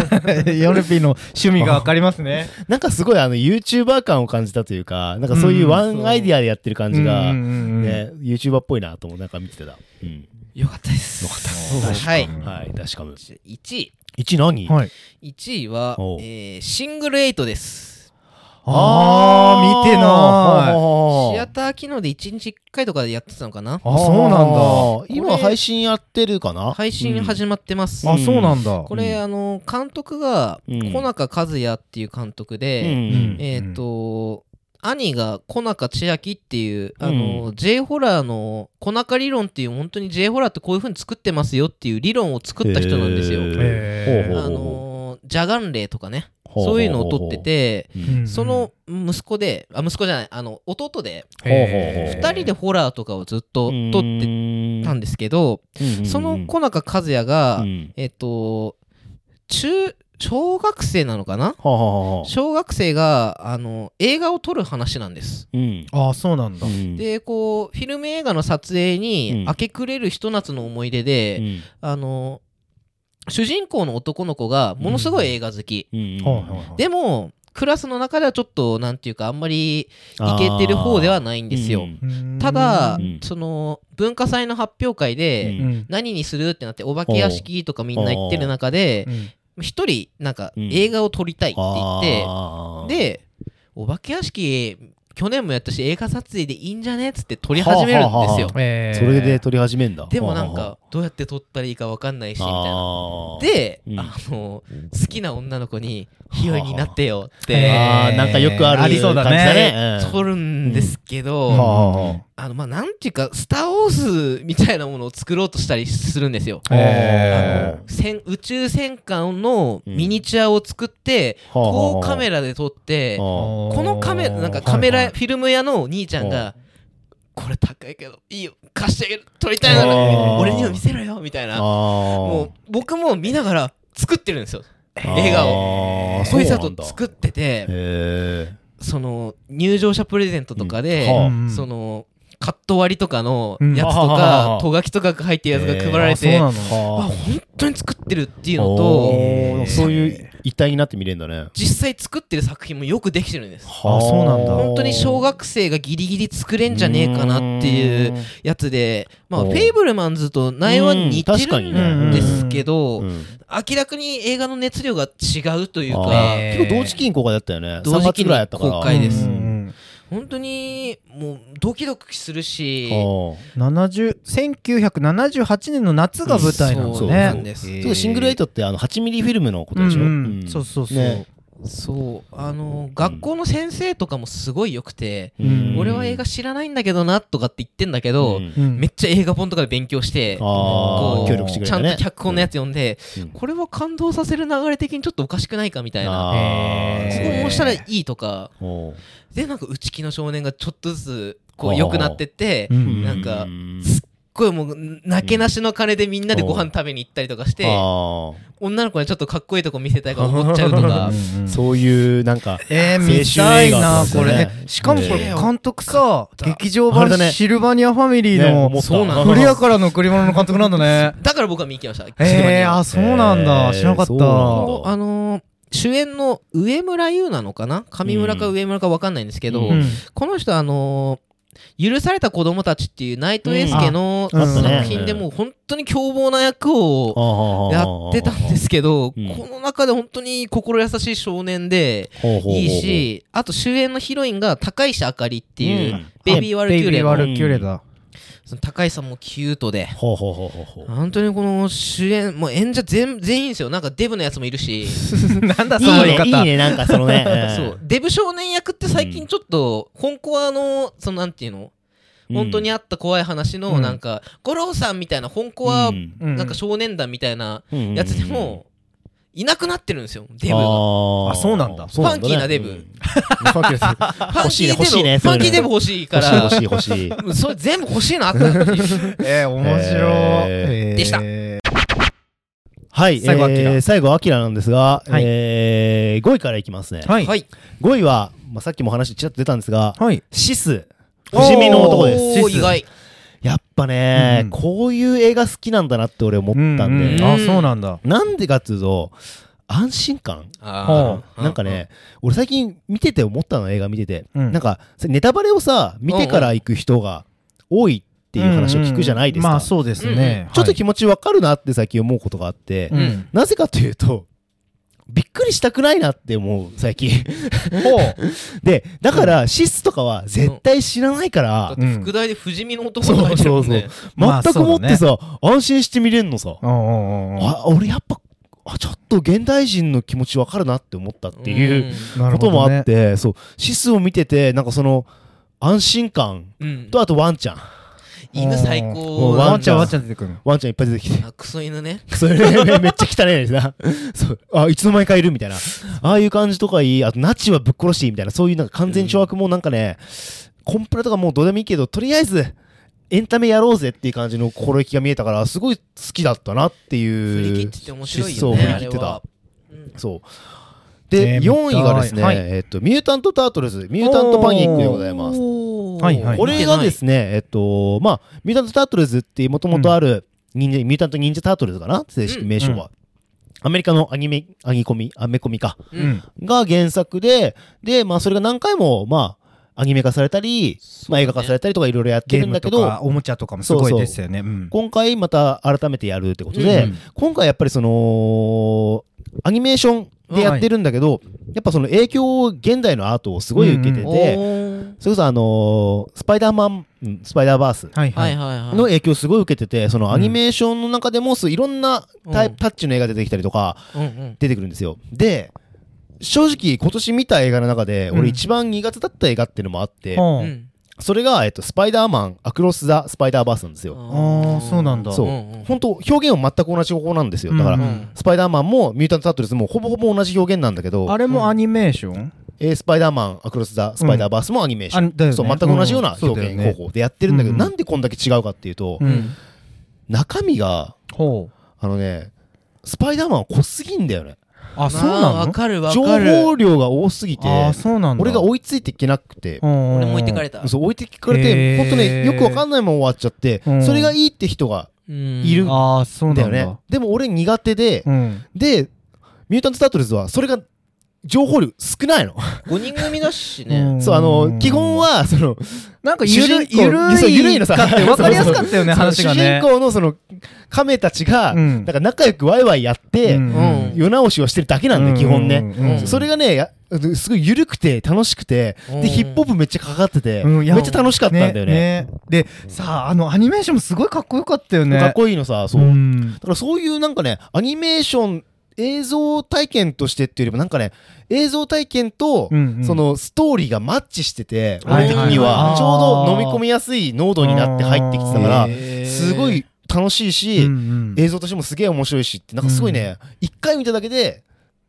[SPEAKER 1] ヨルピーの趣味がわかりますね
[SPEAKER 2] なんかすごいあの YouTuber 感を感じたというかなんかそういうワンアイディアでやってる感じが
[SPEAKER 1] うんうんうんうん
[SPEAKER 2] ね YouTuber っぽいなともなんか見てたうん
[SPEAKER 3] よかったですよかったはい
[SPEAKER 2] はい確かに
[SPEAKER 3] 1位
[SPEAKER 2] 1何
[SPEAKER 1] はい
[SPEAKER 3] 1位は
[SPEAKER 2] おう、
[SPEAKER 3] えーシングルエイトです
[SPEAKER 1] あー見てない
[SPEAKER 3] シ
[SPEAKER 2] い
[SPEAKER 3] アター機能で1日1回とかでやってたのかな
[SPEAKER 1] あそうなん
[SPEAKER 2] んだ今配信やってるかな
[SPEAKER 3] 配信始まってます、
[SPEAKER 1] だあそうなんだ
[SPEAKER 3] これ、
[SPEAKER 2] うん
[SPEAKER 3] あの監督が
[SPEAKER 2] うん
[SPEAKER 3] 小中和也っていう監督で、
[SPEAKER 2] うん
[SPEAKER 3] えっ、と、兄が小中千秋っていう、あ
[SPEAKER 2] う
[SPEAKER 3] の、J ホラーの小中理論っていう、本当に J ホラーってこういう風に作ってますよっていう理論を作った人なんですよ。
[SPEAKER 1] ーへ
[SPEAKER 3] あ
[SPEAKER 1] ー
[SPEAKER 3] のー、ジャガン霊とかね、
[SPEAKER 2] ほうほうほう
[SPEAKER 3] そういうのを撮ってて、
[SPEAKER 2] うん
[SPEAKER 1] うん
[SPEAKER 3] その息子で、あ、息子じゃない、あの、弟で、
[SPEAKER 2] ほうほうほう
[SPEAKER 1] へー
[SPEAKER 3] 二人でホラーとかをずっと撮ってたんですけど、
[SPEAKER 2] うん
[SPEAKER 3] その小中和也が
[SPEAKER 2] う、ん
[SPEAKER 3] えっと、中小学生なのかな
[SPEAKER 2] はあはあはあ
[SPEAKER 3] 小学生があの映画を撮る話なんです。
[SPEAKER 2] うん
[SPEAKER 1] ああそうなんだ、
[SPEAKER 2] うん
[SPEAKER 3] でこうフィルム映画の撮影
[SPEAKER 2] う
[SPEAKER 3] に
[SPEAKER 2] ん
[SPEAKER 3] 明け暮れるひと夏の思い出
[SPEAKER 2] う
[SPEAKER 3] で、
[SPEAKER 2] ん
[SPEAKER 3] あの主人公の男の子がものすごい映画好き、
[SPEAKER 2] うん
[SPEAKER 1] はいはいはい
[SPEAKER 3] でもクラスの中ではちょっとなんていうかあんまりイケてる方ではないんです
[SPEAKER 2] う
[SPEAKER 3] よ
[SPEAKER 2] ん
[SPEAKER 1] うん
[SPEAKER 3] ただ、
[SPEAKER 2] うん
[SPEAKER 3] その文化祭の発表会
[SPEAKER 2] う
[SPEAKER 3] で
[SPEAKER 2] ん
[SPEAKER 1] うん
[SPEAKER 3] 何にするってなってお化け屋敷とかみんな言ってる中で
[SPEAKER 1] うん
[SPEAKER 3] 一人なんか
[SPEAKER 2] うん
[SPEAKER 3] 映画を撮りたいって言って、
[SPEAKER 2] あー
[SPEAKER 3] でお化け屋敷去年もやったし映画撮影でいいんじゃねっつって撮り始めるん
[SPEAKER 2] はあは
[SPEAKER 3] です
[SPEAKER 2] あ
[SPEAKER 3] よ
[SPEAKER 2] は
[SPEAKER 1] えー
[SPEAKER 2] それで撮り始めんだ
[SPEAKER 3] でもなんかどうやって撮ったらいいか分かんないしみたいな
[SPEAKER 2] あー
[SPEAKER 3] で、
[SPEAKER 2] うん
[SPEAKER 3] あの好きな女の子にヒロインになってよっ
[SPEAKER 1] は
[SPEAKER 3] て
[SPEAKER 2] あーなんかよくある
[SPEAKER 1] ありそうだね
[SPEAKER 2] 感じだね
[SPEAKER 3] 撮るんですけど、
[SPEAKER 2] うん
[SPEAKER 1] はあ
[SPEAKER 3] あのまあなんていうか「スター・ウォーズ」みたいなものを作ろうとしたりするんですよ。
[SPEAKER 1] えー
[SPEAKER 3] 戦宇宙戦艦のミニチュアを作って、こうカメ
[SPEAKER 2] ラ
[SPEAKER 3] ラで撮って、
[SPEAKER 2] こ
[SPEAKER 1] こ
[SPEAKER 3] このカメなんかカメラ、フィルム屋のお兄ちゃん
[SPEAKER 2] は
[SPEAKER 3] が「これ高いけどいいよ貸してあげる撮りたいな
[SPEAKER 2] あ
[SPEAKER 3] ら
[SPEAKER 2] ー
[SPEAKER 3] 俺には見せろよ」みたいなも
[SPEAKER 2] も
[SPEAKER 3] う僕も見ながら作ってるんですよ
[SPEAKER 2] あー
[SPEAKER 3] 映画を。
[SPEAKER 2] そ
[SPEAKER 3] そうう
[SPEAKER 2] ないんだ
[SPEAKER 3] さと作ってて
[SPEAKER 2] へ
[SPEAKER 3] その入場者プレゼントとかで、
[SPEAKER 2] うんはあ
[SPEAKER 3] そのカット割りとかのやつ
[SPEAKER 2] う
[SPEAKER 3] と
[SPEAKER 2] んはあはあは
[SPEAKER 3] か
[SPEAKER 2] あ
[SPEAKER 3] とがきとかが入ってるやつが配られて、
[SPEAKER 1] あ
[SPEAKER 3] あ
[SPEAKER 1] そうなの
[SPEAKER 2] は
[SPEAKER 3] 本当に作ってるっていうの
[SPEAKER 2] お
[SPEAKER 3] と
[SPEAKER 2] ーそういう一体になって見れるんだね
[SPEAKER 3] 実際作ってる作品もよくできてるんです
[SPEAKER 1] あそうなんだ
[SPEAKER 3] 本当に小学生がギリギリ作れんじゃねえかなってい
[SPEAKER 2] う
[SPEAKER 3] うやつでまあ
[SPEAKER 2] お
[SPEAKER 3] フェイブルマンズと内容は似て
[SPEAKER 2] うん確かにね
[SPEAKER 3] るんですけど
[SPEAKER 2] ーんう
[SPEAKER 3] 明
[SPEAKER 2] ん
[SPEAKER 3] らかに映画の熱量が違うという
[SPEAKER 2] あ
[SPEAKER 3] か
[SPEAKER 2] ー
[SPEAKER 1] えー
[SPEAKER 2] 結構同時期に公開だったよね
[SPEAKER 3] 同時期
[SPEAKER 2] 3月
[SPEAKER 3] に
[SPEAKER 2] ぐらいやったから
[SPEAKER 3] 公開です
[SPEAKER 1] うんうん
[SPEAKER 3] 本当にもうドキドキするし
[SPEAKER 2] おー
[SPEAKER 1] 70 1978年の夏が舞台なのね、
[SPEAKER 3] そうなんです
[SPEAKER 2] そうシングルエイトってあの8ミリフィルムのことでしょ、
[SPEAKER 1] うんうんそうそうそう
[SPEAKER 2] ね
[SPEAKER 3] そうあの学校の先生とかもすごい良くて
[SPEAKER 1] うん
[SPEAKER 3] 俺は映画知らないんだけどなとかって言ってんだけ
[SPEAKER 2] う
[SPEAKER 3] ど
[SPEAKER 2] ん
[SPEAKER 1] うん
[SPEAKER 3] めっちゃ映画本とかで勉強して
[SPEAKER 2] あ
[SPEAKER 3] こ
[SPEAKER 2] あ
[SPEAKER 3] う
[SPEAKER 2] 協力してくれ
[SPEAKER 3] ちゃ
[SPEAKER 2] た
[SPEAKER 3] ん
[SPEAKER 2] ね
[SPEAKER 3] と脚本のやつ読んで
[SPEAKER 2] うん
[SPEAKER 3] これは感動させる流れ的にちょっとおかしくないかみたいな
[SPEAKER 2] あ
[SPEAKER 1] えー
[SPEAKER 3] ここ
[SPEAKER 2] ー
[SPEAKER 3] を押したらいいとか
[SPEAKER 2] おう
[SPEAKER 3] でなんか内気の少年がちょっとずつこ
[SPEAKER 2] あ
[SPEAKER 3] う
[SPEAKER 2] ー
[SPEAKER 3] 良くなってって
[SPEAKER 1] うん
[SPEAKER 3] なんか
[SPEAKER 2] うん
[SPEAKER 3] これもうなけなしの金でみんなでご飯食べに行ったりとかして
[SPEAKER 2] あ
[SPEAKER 3] 女の子にちょっとかっこいいとこ見せたいから思っちゃうと か
[SPEAKER 2] ーそういうなんか
[SPEAKER 1] えー、
[SPEAKER 2] 青春
[SPEAKER 1] 見たいな
[SPEAKER 2] 映画ですね
[SPEAKER 1] これねしかもこれ
[SPEAKER 3] ね
[SPEAKER 1] 監督さ
[SPEAKER 3] た
[SPEAKER 1] 劇場
[SPEAKER 2] あれだね
[SPEAKER 1] 版シルバニアファミリーの
[SPEAKER 2] ね
[SPEAKER 3] そうな
[SPEAKER 1] フリアからの贈り物の監督なんだ ね
[SPEAKER 3] だから僕は見に行きました
[SPEAKER 1] えー、あそうなんだ、
[SPEAKER 2] えー
[SPEAKER 1] 知らなかった
[SPEAKER 2] そうなんだ
[SPEAKER 3] こうあのー主演の上村優なのかな上村か上村か分かんないんですけど、
[SPEAKER 2] う
[SPEAKER 1] うん
[SPEAKER 3] この人あのー許された子供たちっていうナイト・エスケの
[SPEAKER 1] うんあうん
[SPEAKER 3] 作品でもう本当に凶暴な役をやってたんですけど、
[SPEAKER 2] うん
[SPEAKER 3] この中で本当に心優しい少年でいいし、あと主演のヒロインが高石あかりっていう、
[SPEAKER 2] うん
[SPEAKER 3] ベイビー・ワル
[SPEAKER 1] ベ
[SPEAKER 3] キ
[SPEAKER 1] イ
[SPEAKER 3] ュー
[SPEAKER 1] ビ
[SPEAKER 3] レ
[SPEAKER 1] ー
[SPEAKER 3] の
[SPEAKER 1] ワルキューレだ、
[SPEAKER 3] その高石さんもキュートで、
[SPEAKER 2] ほうほうほうほうほう
[SPEAKER 3] 本当にこの主演、もう演者全全員ですよ、なんかデブのやつもいるし。
[SPEAKER 1] なんだ
[SPEAKER 2] い
[SPEAKER 1] その言い
[SPEAKER 2] いね
[SPEAKER 1] 方
[SPEAKER 2] いいねなんかそのね
[SPEAKER 3] そうデブ少年役って最近ちょっと本コアのそのなんていうの
[SPEAKER 2] うん
[SPEAKER 3] 本当にあった怖い話
[SPEAKER 1] う
[SPEAKER 3] の
[SPEAKER 1] ん
[SPEAKER 3] なんか五郎さんみたいな本コア
[SPEAKER 2] うん
[SPEAKER 1] う
[SPEAKER 3] なんか少年団みたいな
[SPEAKER 2] うん
[SPEAKER 3] やつでもいなくなってるんですよデ
[SPEAKER 2] デ
[SPEAKER 3] ブが
[SPEAKER 1] あ
[SPEAKER 2] あ
[SPEAKER 1] そうなんだ
[SPEAKER 2] そうね
[SPEAKER 3] ファンキーなデブ
[SPEAKER 2] うんファンキーなデブ
[SPEAKER 3] ファンキーデブ
[SPEAKER 2] 欲しいね
[SPEAKER 3] フ
[SPEAKER 2] そういう
[SPEAKER 3] ァン
[SPEAKER 2] の
[SPEAKER 3] キーデブ欲しいか
[SPEAKER 2] 欲
[SPEAKER 3] ら
[SPEAKER 2] しい欲しい欲しい
[SPEAKER 3] それ全部欲しいなあったっ ていう
[SPEAKER 1] えー、面白い、 え
[SPEAKER 2] え
[SPEAKER 1] ー
[SPEAKER 3] でした
[SPEAKER 2] はい、
[SPEAKER 1] 最後アキラ
[SPEAKER 2] えー最後、アキラなんですが、
[SPEAKER 1] はい
[SPEAKER 2] えー、5位からいきますね。
[SPEAKER 1] はい
[SPEAKER 3] は
[SPEAKER 1] はい、
[SPEAKER 3] い
[SPEAKER 2] 5位は、まあ、さっきも話ちらっと出たんですが、シス、
[SPEAKER 1] おー
[SPEAKER 2] 不死身の男です。
[SPEAKER 3] おー
[SPEAKER 1] シス
[SPEAKER 3] 意外
[SPEAKER 2] やっぱね、
[SPEAKER 1] うん
[SPEAKER 2] こういう映画好きなんだなって俺思ったんで、
[SPEAKER 1] うあそうなんだ
[SPEAKER 2] なんでかっていうと、安心感
[SPEAKER 1] ー
[SPEAKER 2] なんかね、俺最近見てて思ったの、映画見てて。
[SPEAKER 1] うん
[SPEAKER 2] なんか、ネタバレをさ、見てから行く人が多いっていう話を聞くじゃないですか。
[SPEAKER 1] うんうんまあそうですね、
[SPEAKER 3] うん
[SPEAKER 2] ちょっと
[SPEAKER 1] き
[SPEAKER 2] 気持ちわかるなって最近思うことがあって、
[SPEAKER 1] うん
[SPEAKER 3] うん
[SPEAKER 2] なぜかというと、びっくりしたくないなって思う、最近。で、だから、シスとかは絶対知らないから
[SPEAKER 3] だっ、て副題で不死身の男が書いてあるもんね
[SPEAKER 1] まあ
[SPEAKER 2] 全くもってさ、安心して見れんのさ。
[SPEAKER 1] うんうんうん
[SPEAKER 2] あ、俺やっぱ、あちょっと現代人の気持ちわかるなって思ったっていう
[SPEAKER 1] なるほ
[SPEAKER 2] こと
[SPEAKER 1] ど
[SPEAKER 2] もあ
[SPEAKER 1] ね
[SPEAKER 2] って、そう、シスを見てて、なんかその、安心感
[SPEAKER 3] うんうん
[SPEAKER 2] と、あとワンちゃん。
[SPEAKER 3] 犬最
[SPEAKER 1] も
[SPEAKER 3] 高
[SPEAKER 1] う
[SPEAKER 2] ワン
[SPEAKER 1] ワンちゃんワンちゃん出てくるの
[SPEAKER 2] ワンちゃんいっぱい出てきて。
[SPEAKER 3] あクソ犬ね
[SPEAKER 2] それめめっちゃ汚いですな。そう。あ、いつの間にかいるみたいな。ああいう感じとかいい。あと、ナチはぶっ殺していいみたいな。そういうなんか完全懲悪もなんかね、コンプラとかもうどうでもいいけど、とりあえず、エンタメやろうぜっていう感じの心意気が見えたから、すごい好きだったなっていう。
[SPEAKER 3] 振り切ってて面白い
[SPEAKER 2] そ
[SPEAKER 3] よ
[SPEAKER 2] う
[SPEAKER 3] ね
[SPEAKER 2] 振り
[SPEAKER 3] あ
[SPEAKER 2] 切
[SPEAKER 3] れ
[SPEAKER 2] ってた
[SPEAKER 3] は。うん
[SPEAKER 2] そうで、
[SPEAKER 1] えー
[SPEAKER 2] 4位がです
[SPEAKER 1] 見
[SPEAKER 2] ね、
[SPEAKER 1] たい
[SPEAKER 2] えっと、ミュータント・タートルズミュータント・パニックでございます
[SPEAKER 3] おー
[SPEAKER 1] はいはい
[SPEAKER 2] これがですね、えっと、まあ、ミュータント・タートルズってもともとある忍者、ミュータント・忍者・タートルズかな正式名称は、アメリカのアニメ、アニコミ、アメコミか、
[SPEAKER 3] 見てないうん
[SPEAKER 2] が原作で、で、まあ、それが何回も、まあ、アニメ化されたり、
[SPEAKER 3] そうね
[SPEAKER 2] まあ、映画化されたりとかいろいろやって
[SPEAKER 1] ゲ
[SPEAKER 2] る
[SPEAKER 1] ー
[SPEAKER 2] ん
[SPEAKER 1] ム
[SPEAKER 2] だけ
[SPEAKER 1] と
[SPEAKER 2] ど、
[SPEAKER 1] かおもちゃとかもすごいですよね。うん
[SPEAKER 2] 今回また改めてやるってこと
[SPEAKER 3] う
[SPEAKER 2] で、
[SPEAKER 3] ん
[SPEAKER 2] 今回やっぱりそのアニメーションでやってるんだけど、やっぱその影響を現代のアートをすごい受け
[SPEAKER 1] う
[SPEAKER 2] てて、
[SPEAKER 1] ん
[SPEAKER 3] おー
[SPEAKER 2] それこそあのースパイダーマンうんスパイダーバース
[SPEAKER 1] はい
[SPEAKER 3] は
[SPEAKER 1] はいい。
[SPEAKER 3] はいはい
[SPEAKER 2] の影響をすごい受けててそのアニメーションの中でもそういろんなタイ
[SPEAKER 3] うん
[SPEAKER 2] プタッチの映画出てきたりとか
[SPEAKER 3] うんうん
[SPEAKER 2] 出てくるんですよで正直今年見た映画の中で
[SPEAKER 1] うん
[SPEAKER 2] 俺一番苦手だった映画っていうのもあって、
[SPEAKER 1] は
[SPEAKER 3] うん
[SPEAKER 2] それが、えっと、スパイダーマンアクロス・ザ・スパイダーバースなんですよ
[SPEAKER 1] あーそうなんだ
[SPEAKER 2] そうん
[SPEAKER 3] ん
[SPEAKER 2] 本当表現は全く同じ方法なんですよだから、
[SPEAKER 1] うん
[SPEAKER 2] スパイダーマンもミュータント・タートルズもほぼほぼ同じ表現なんだけ
[SPEAKER 1] あ
[SPEAKER 2] ど、
[SPEAKER 1] れもアニメーション
[SPEAKER 2] えースパイダーマン、アクロス・ザ・スパイダーバースもアニメーション、
[SPEAKER 1] あだよね
[SPEAKER 2] そう全く同じような
[SPEAKER 1] うん
[SPEAKER 2] 表現方法でやってるんだけど、
[SPEAKER 1] うん
[SPEAKER 2] なんでこんだけ違うかっていうと、
[SPEAKER 1] うん
[SPEAKER 2] 中身が、
[SPEAKER 1] ほう。
[SPEAKER 2] あのね、スパイダーマンは濃すぎんだよね。
[SPEAKER 1] あ、そう
[SPEAKER 3] まあ
[SPEAKER 1] な
[SPEAKER 3] わ
[SPEAKER 1] の
[SPEAKER 3] かるわ
[SPEAKER 2] 情
[SPEAKER 3] かる
[SPEAKER 2] 報量が多すぎて、
[SPEAKER 1] あー、そうなんだ。
[SPEAKER 2] 俺が追いついていけなくて、
[SPEAKER 1] 俺
[SPEAKER 3] 俺も置いてかれた
[SPEAKER 2] そう置いていかれ
[SPEAKER 1] へー
[SPEAKER 2] て、本当ね、よくわかんないまま終わっちゃって
[SPEAKER 1] う、ん
[SPEAKER 2] それがいいって人が
[SPEAKER 3] い
[SPEAKER 2] いる
[SPEAKER 1] ああ、そう
[SPEAKER 2] いた
[SPEAKER 1] な
[SPEAKER 2] よ
[SPEAKER 1] んだ。
[SPEAKER 2] ね。でも俺苦手で、
[SPEAKER 1] うん。
[SPEAKER 2] で、ミュータント・タートルズはそれが情報量少ないの。
[SPEAKER 3] 5人組だしね
[SPEAKER 1] ん
[SPEAKER 2] そう、あの、基本、は、その、
[SPEAKER 1] なんかゆ
[SPEAKER 2] 主人
[SPEAKER 1] る
[SPEAKER 2] 公
[SPEAKER 1] ゆるい
[SPEAKER 2] そうゆるいのさ
[SPEAKER 1] かって分かりやすかったよね、
[SPEAKER 2] その
[SPEAKER 1] 話がね。
[SPEAKER 2] 主人公のその、亀たちが、
[SPEAKER 1] う
[SPEAKER 2] なん
[SPEAKER 1] ん
[SPEAKER 2] か仲良くワイワイやって、
[SPEAKER 3] うん
[SPEAKER 2] 世直しをしてるだけなんだよ、基本ね。
[SPEAKER 3] うん
[SPEAKER 2] それがね、やすごい緩くて、楽しくて、
[SPEAKER 3] うん
[SPEAKER 2] で、ヒップホップめっちゃかかってて、
[SPEAKER 1] うん
[SPEAKER 2] め
[SPEAKER 1] い
[SPEAKER 2] っ
[SPEAKER 1] や
[SPEAKER 2] ちゃ楽しかったんだよね。
[SPEAKER 1] で、さあ、あのアニメーションもすごいかっこよかったよね。
[SPEAKER 2] かっこいいのさ、そう。
[SPEAKER 1] う
[SPEAKER 2] だ
[SPEAKER 1] ん
[SPEAKER 2] からそういうなんかね、アニメーション、映像体験としてっていうよりもなんかね、映像体験と
[SPEAKER 1] う、んうん
[SPEAKER 2] そのストーリーがマッチしてて、
[SPEAKER 1] はい
[SPEAKER 2] 俺的に
[SPEAKER 1] はいは
[SPEAKER 2] はいちょうど飲み込みやすい濃度になって入ってきてたか
[SPEAKER 1] うん
[SPEAKER 2] ら、
[SPEAKER 3] へー
[SPEAKER 2] すごい楽しいし
[SPEAKER 1] う、ん
[SPEAKER 2] 映像としてもすげえ面白いしってなんかすごいね、一回見ただけで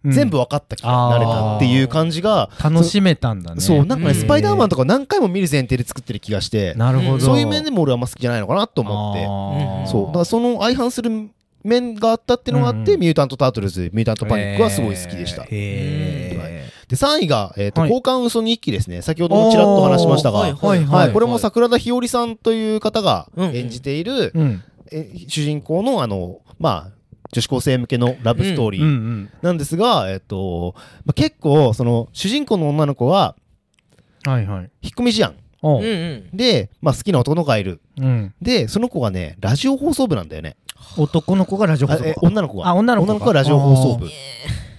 [SPEAKER 1] うん
[SPEAKER 2] 全部分かった気になれたっていう感じが、
[SPEAKER 1] 楽しめたんだね。
[SPEAKER 2] そうなんかね、
[SPEAKER 3] うん
[SPEAKER 2] スパイダーマンとか何回も見る前提で作ってる気がして、
[SPEAKER 1] なるほど。
[SPEAKER 2] そういう面で
[SPEAKER 1] も
[SPEAKER 2] も俺はあんま好きじゃないのかなと思ってそうだからその相反する面があったってのがあって、
[SPEAKER 1] うんうん
[SPEAKER 2] ミュータント・タートルズミュータント・パニックはすごい好きでした、
[SPEAKER 1] へ
[SPEAKER 2] で3位が、えーと
[SPEAKER 1] はい
[SPEAKER 2] 交換嘘日記ですね先ほどもちらっと話しましたが、
[SPEAKER 3] おー
[SPEAKER 2] は
[SPEAKER 3] はいい
[SPEAKER 1] ーはいはい。
[SPEAKER 2] これも桜田ひよりさんという方が
[SPEAKER 3] うん
[SPEAKER 2] 演じている、
[SPEAKER 1] うん
[SPEAKER 2] え主人公のあのまあ女子高生向けのラブストーリ
[SPEAKER 1] うんう
[SPEAKER 2] ー
[SPEAKER 1] ん
[SPEAKER 2] なんですが、えっとまあ、結構その主人公の女の子は
[SPEAKER 1] はいはい。
[SPEAKER 2] 引っ込み思案
[SPEAKER 1] お
[SPEAKER 3] うんう
[SPEAKER 1] うん
[SPEAKER 2] で、まあ、好きな男の子がいる
[SPEAKER 1] うん
[SPEAKER 2] でその子がねラジオ放送部なんだよね
[SPEAKER 1] 男の子がラジオ放
[SPEAKER 2] あ
[SPEAKER 1] 送
[SPEAKER 2] え
[SPEAKER 1] か
[SPEAKER 2] 女の子が
[SPEAKER 1] あ女の子か
[SPEAKER 2] はラジオ放送部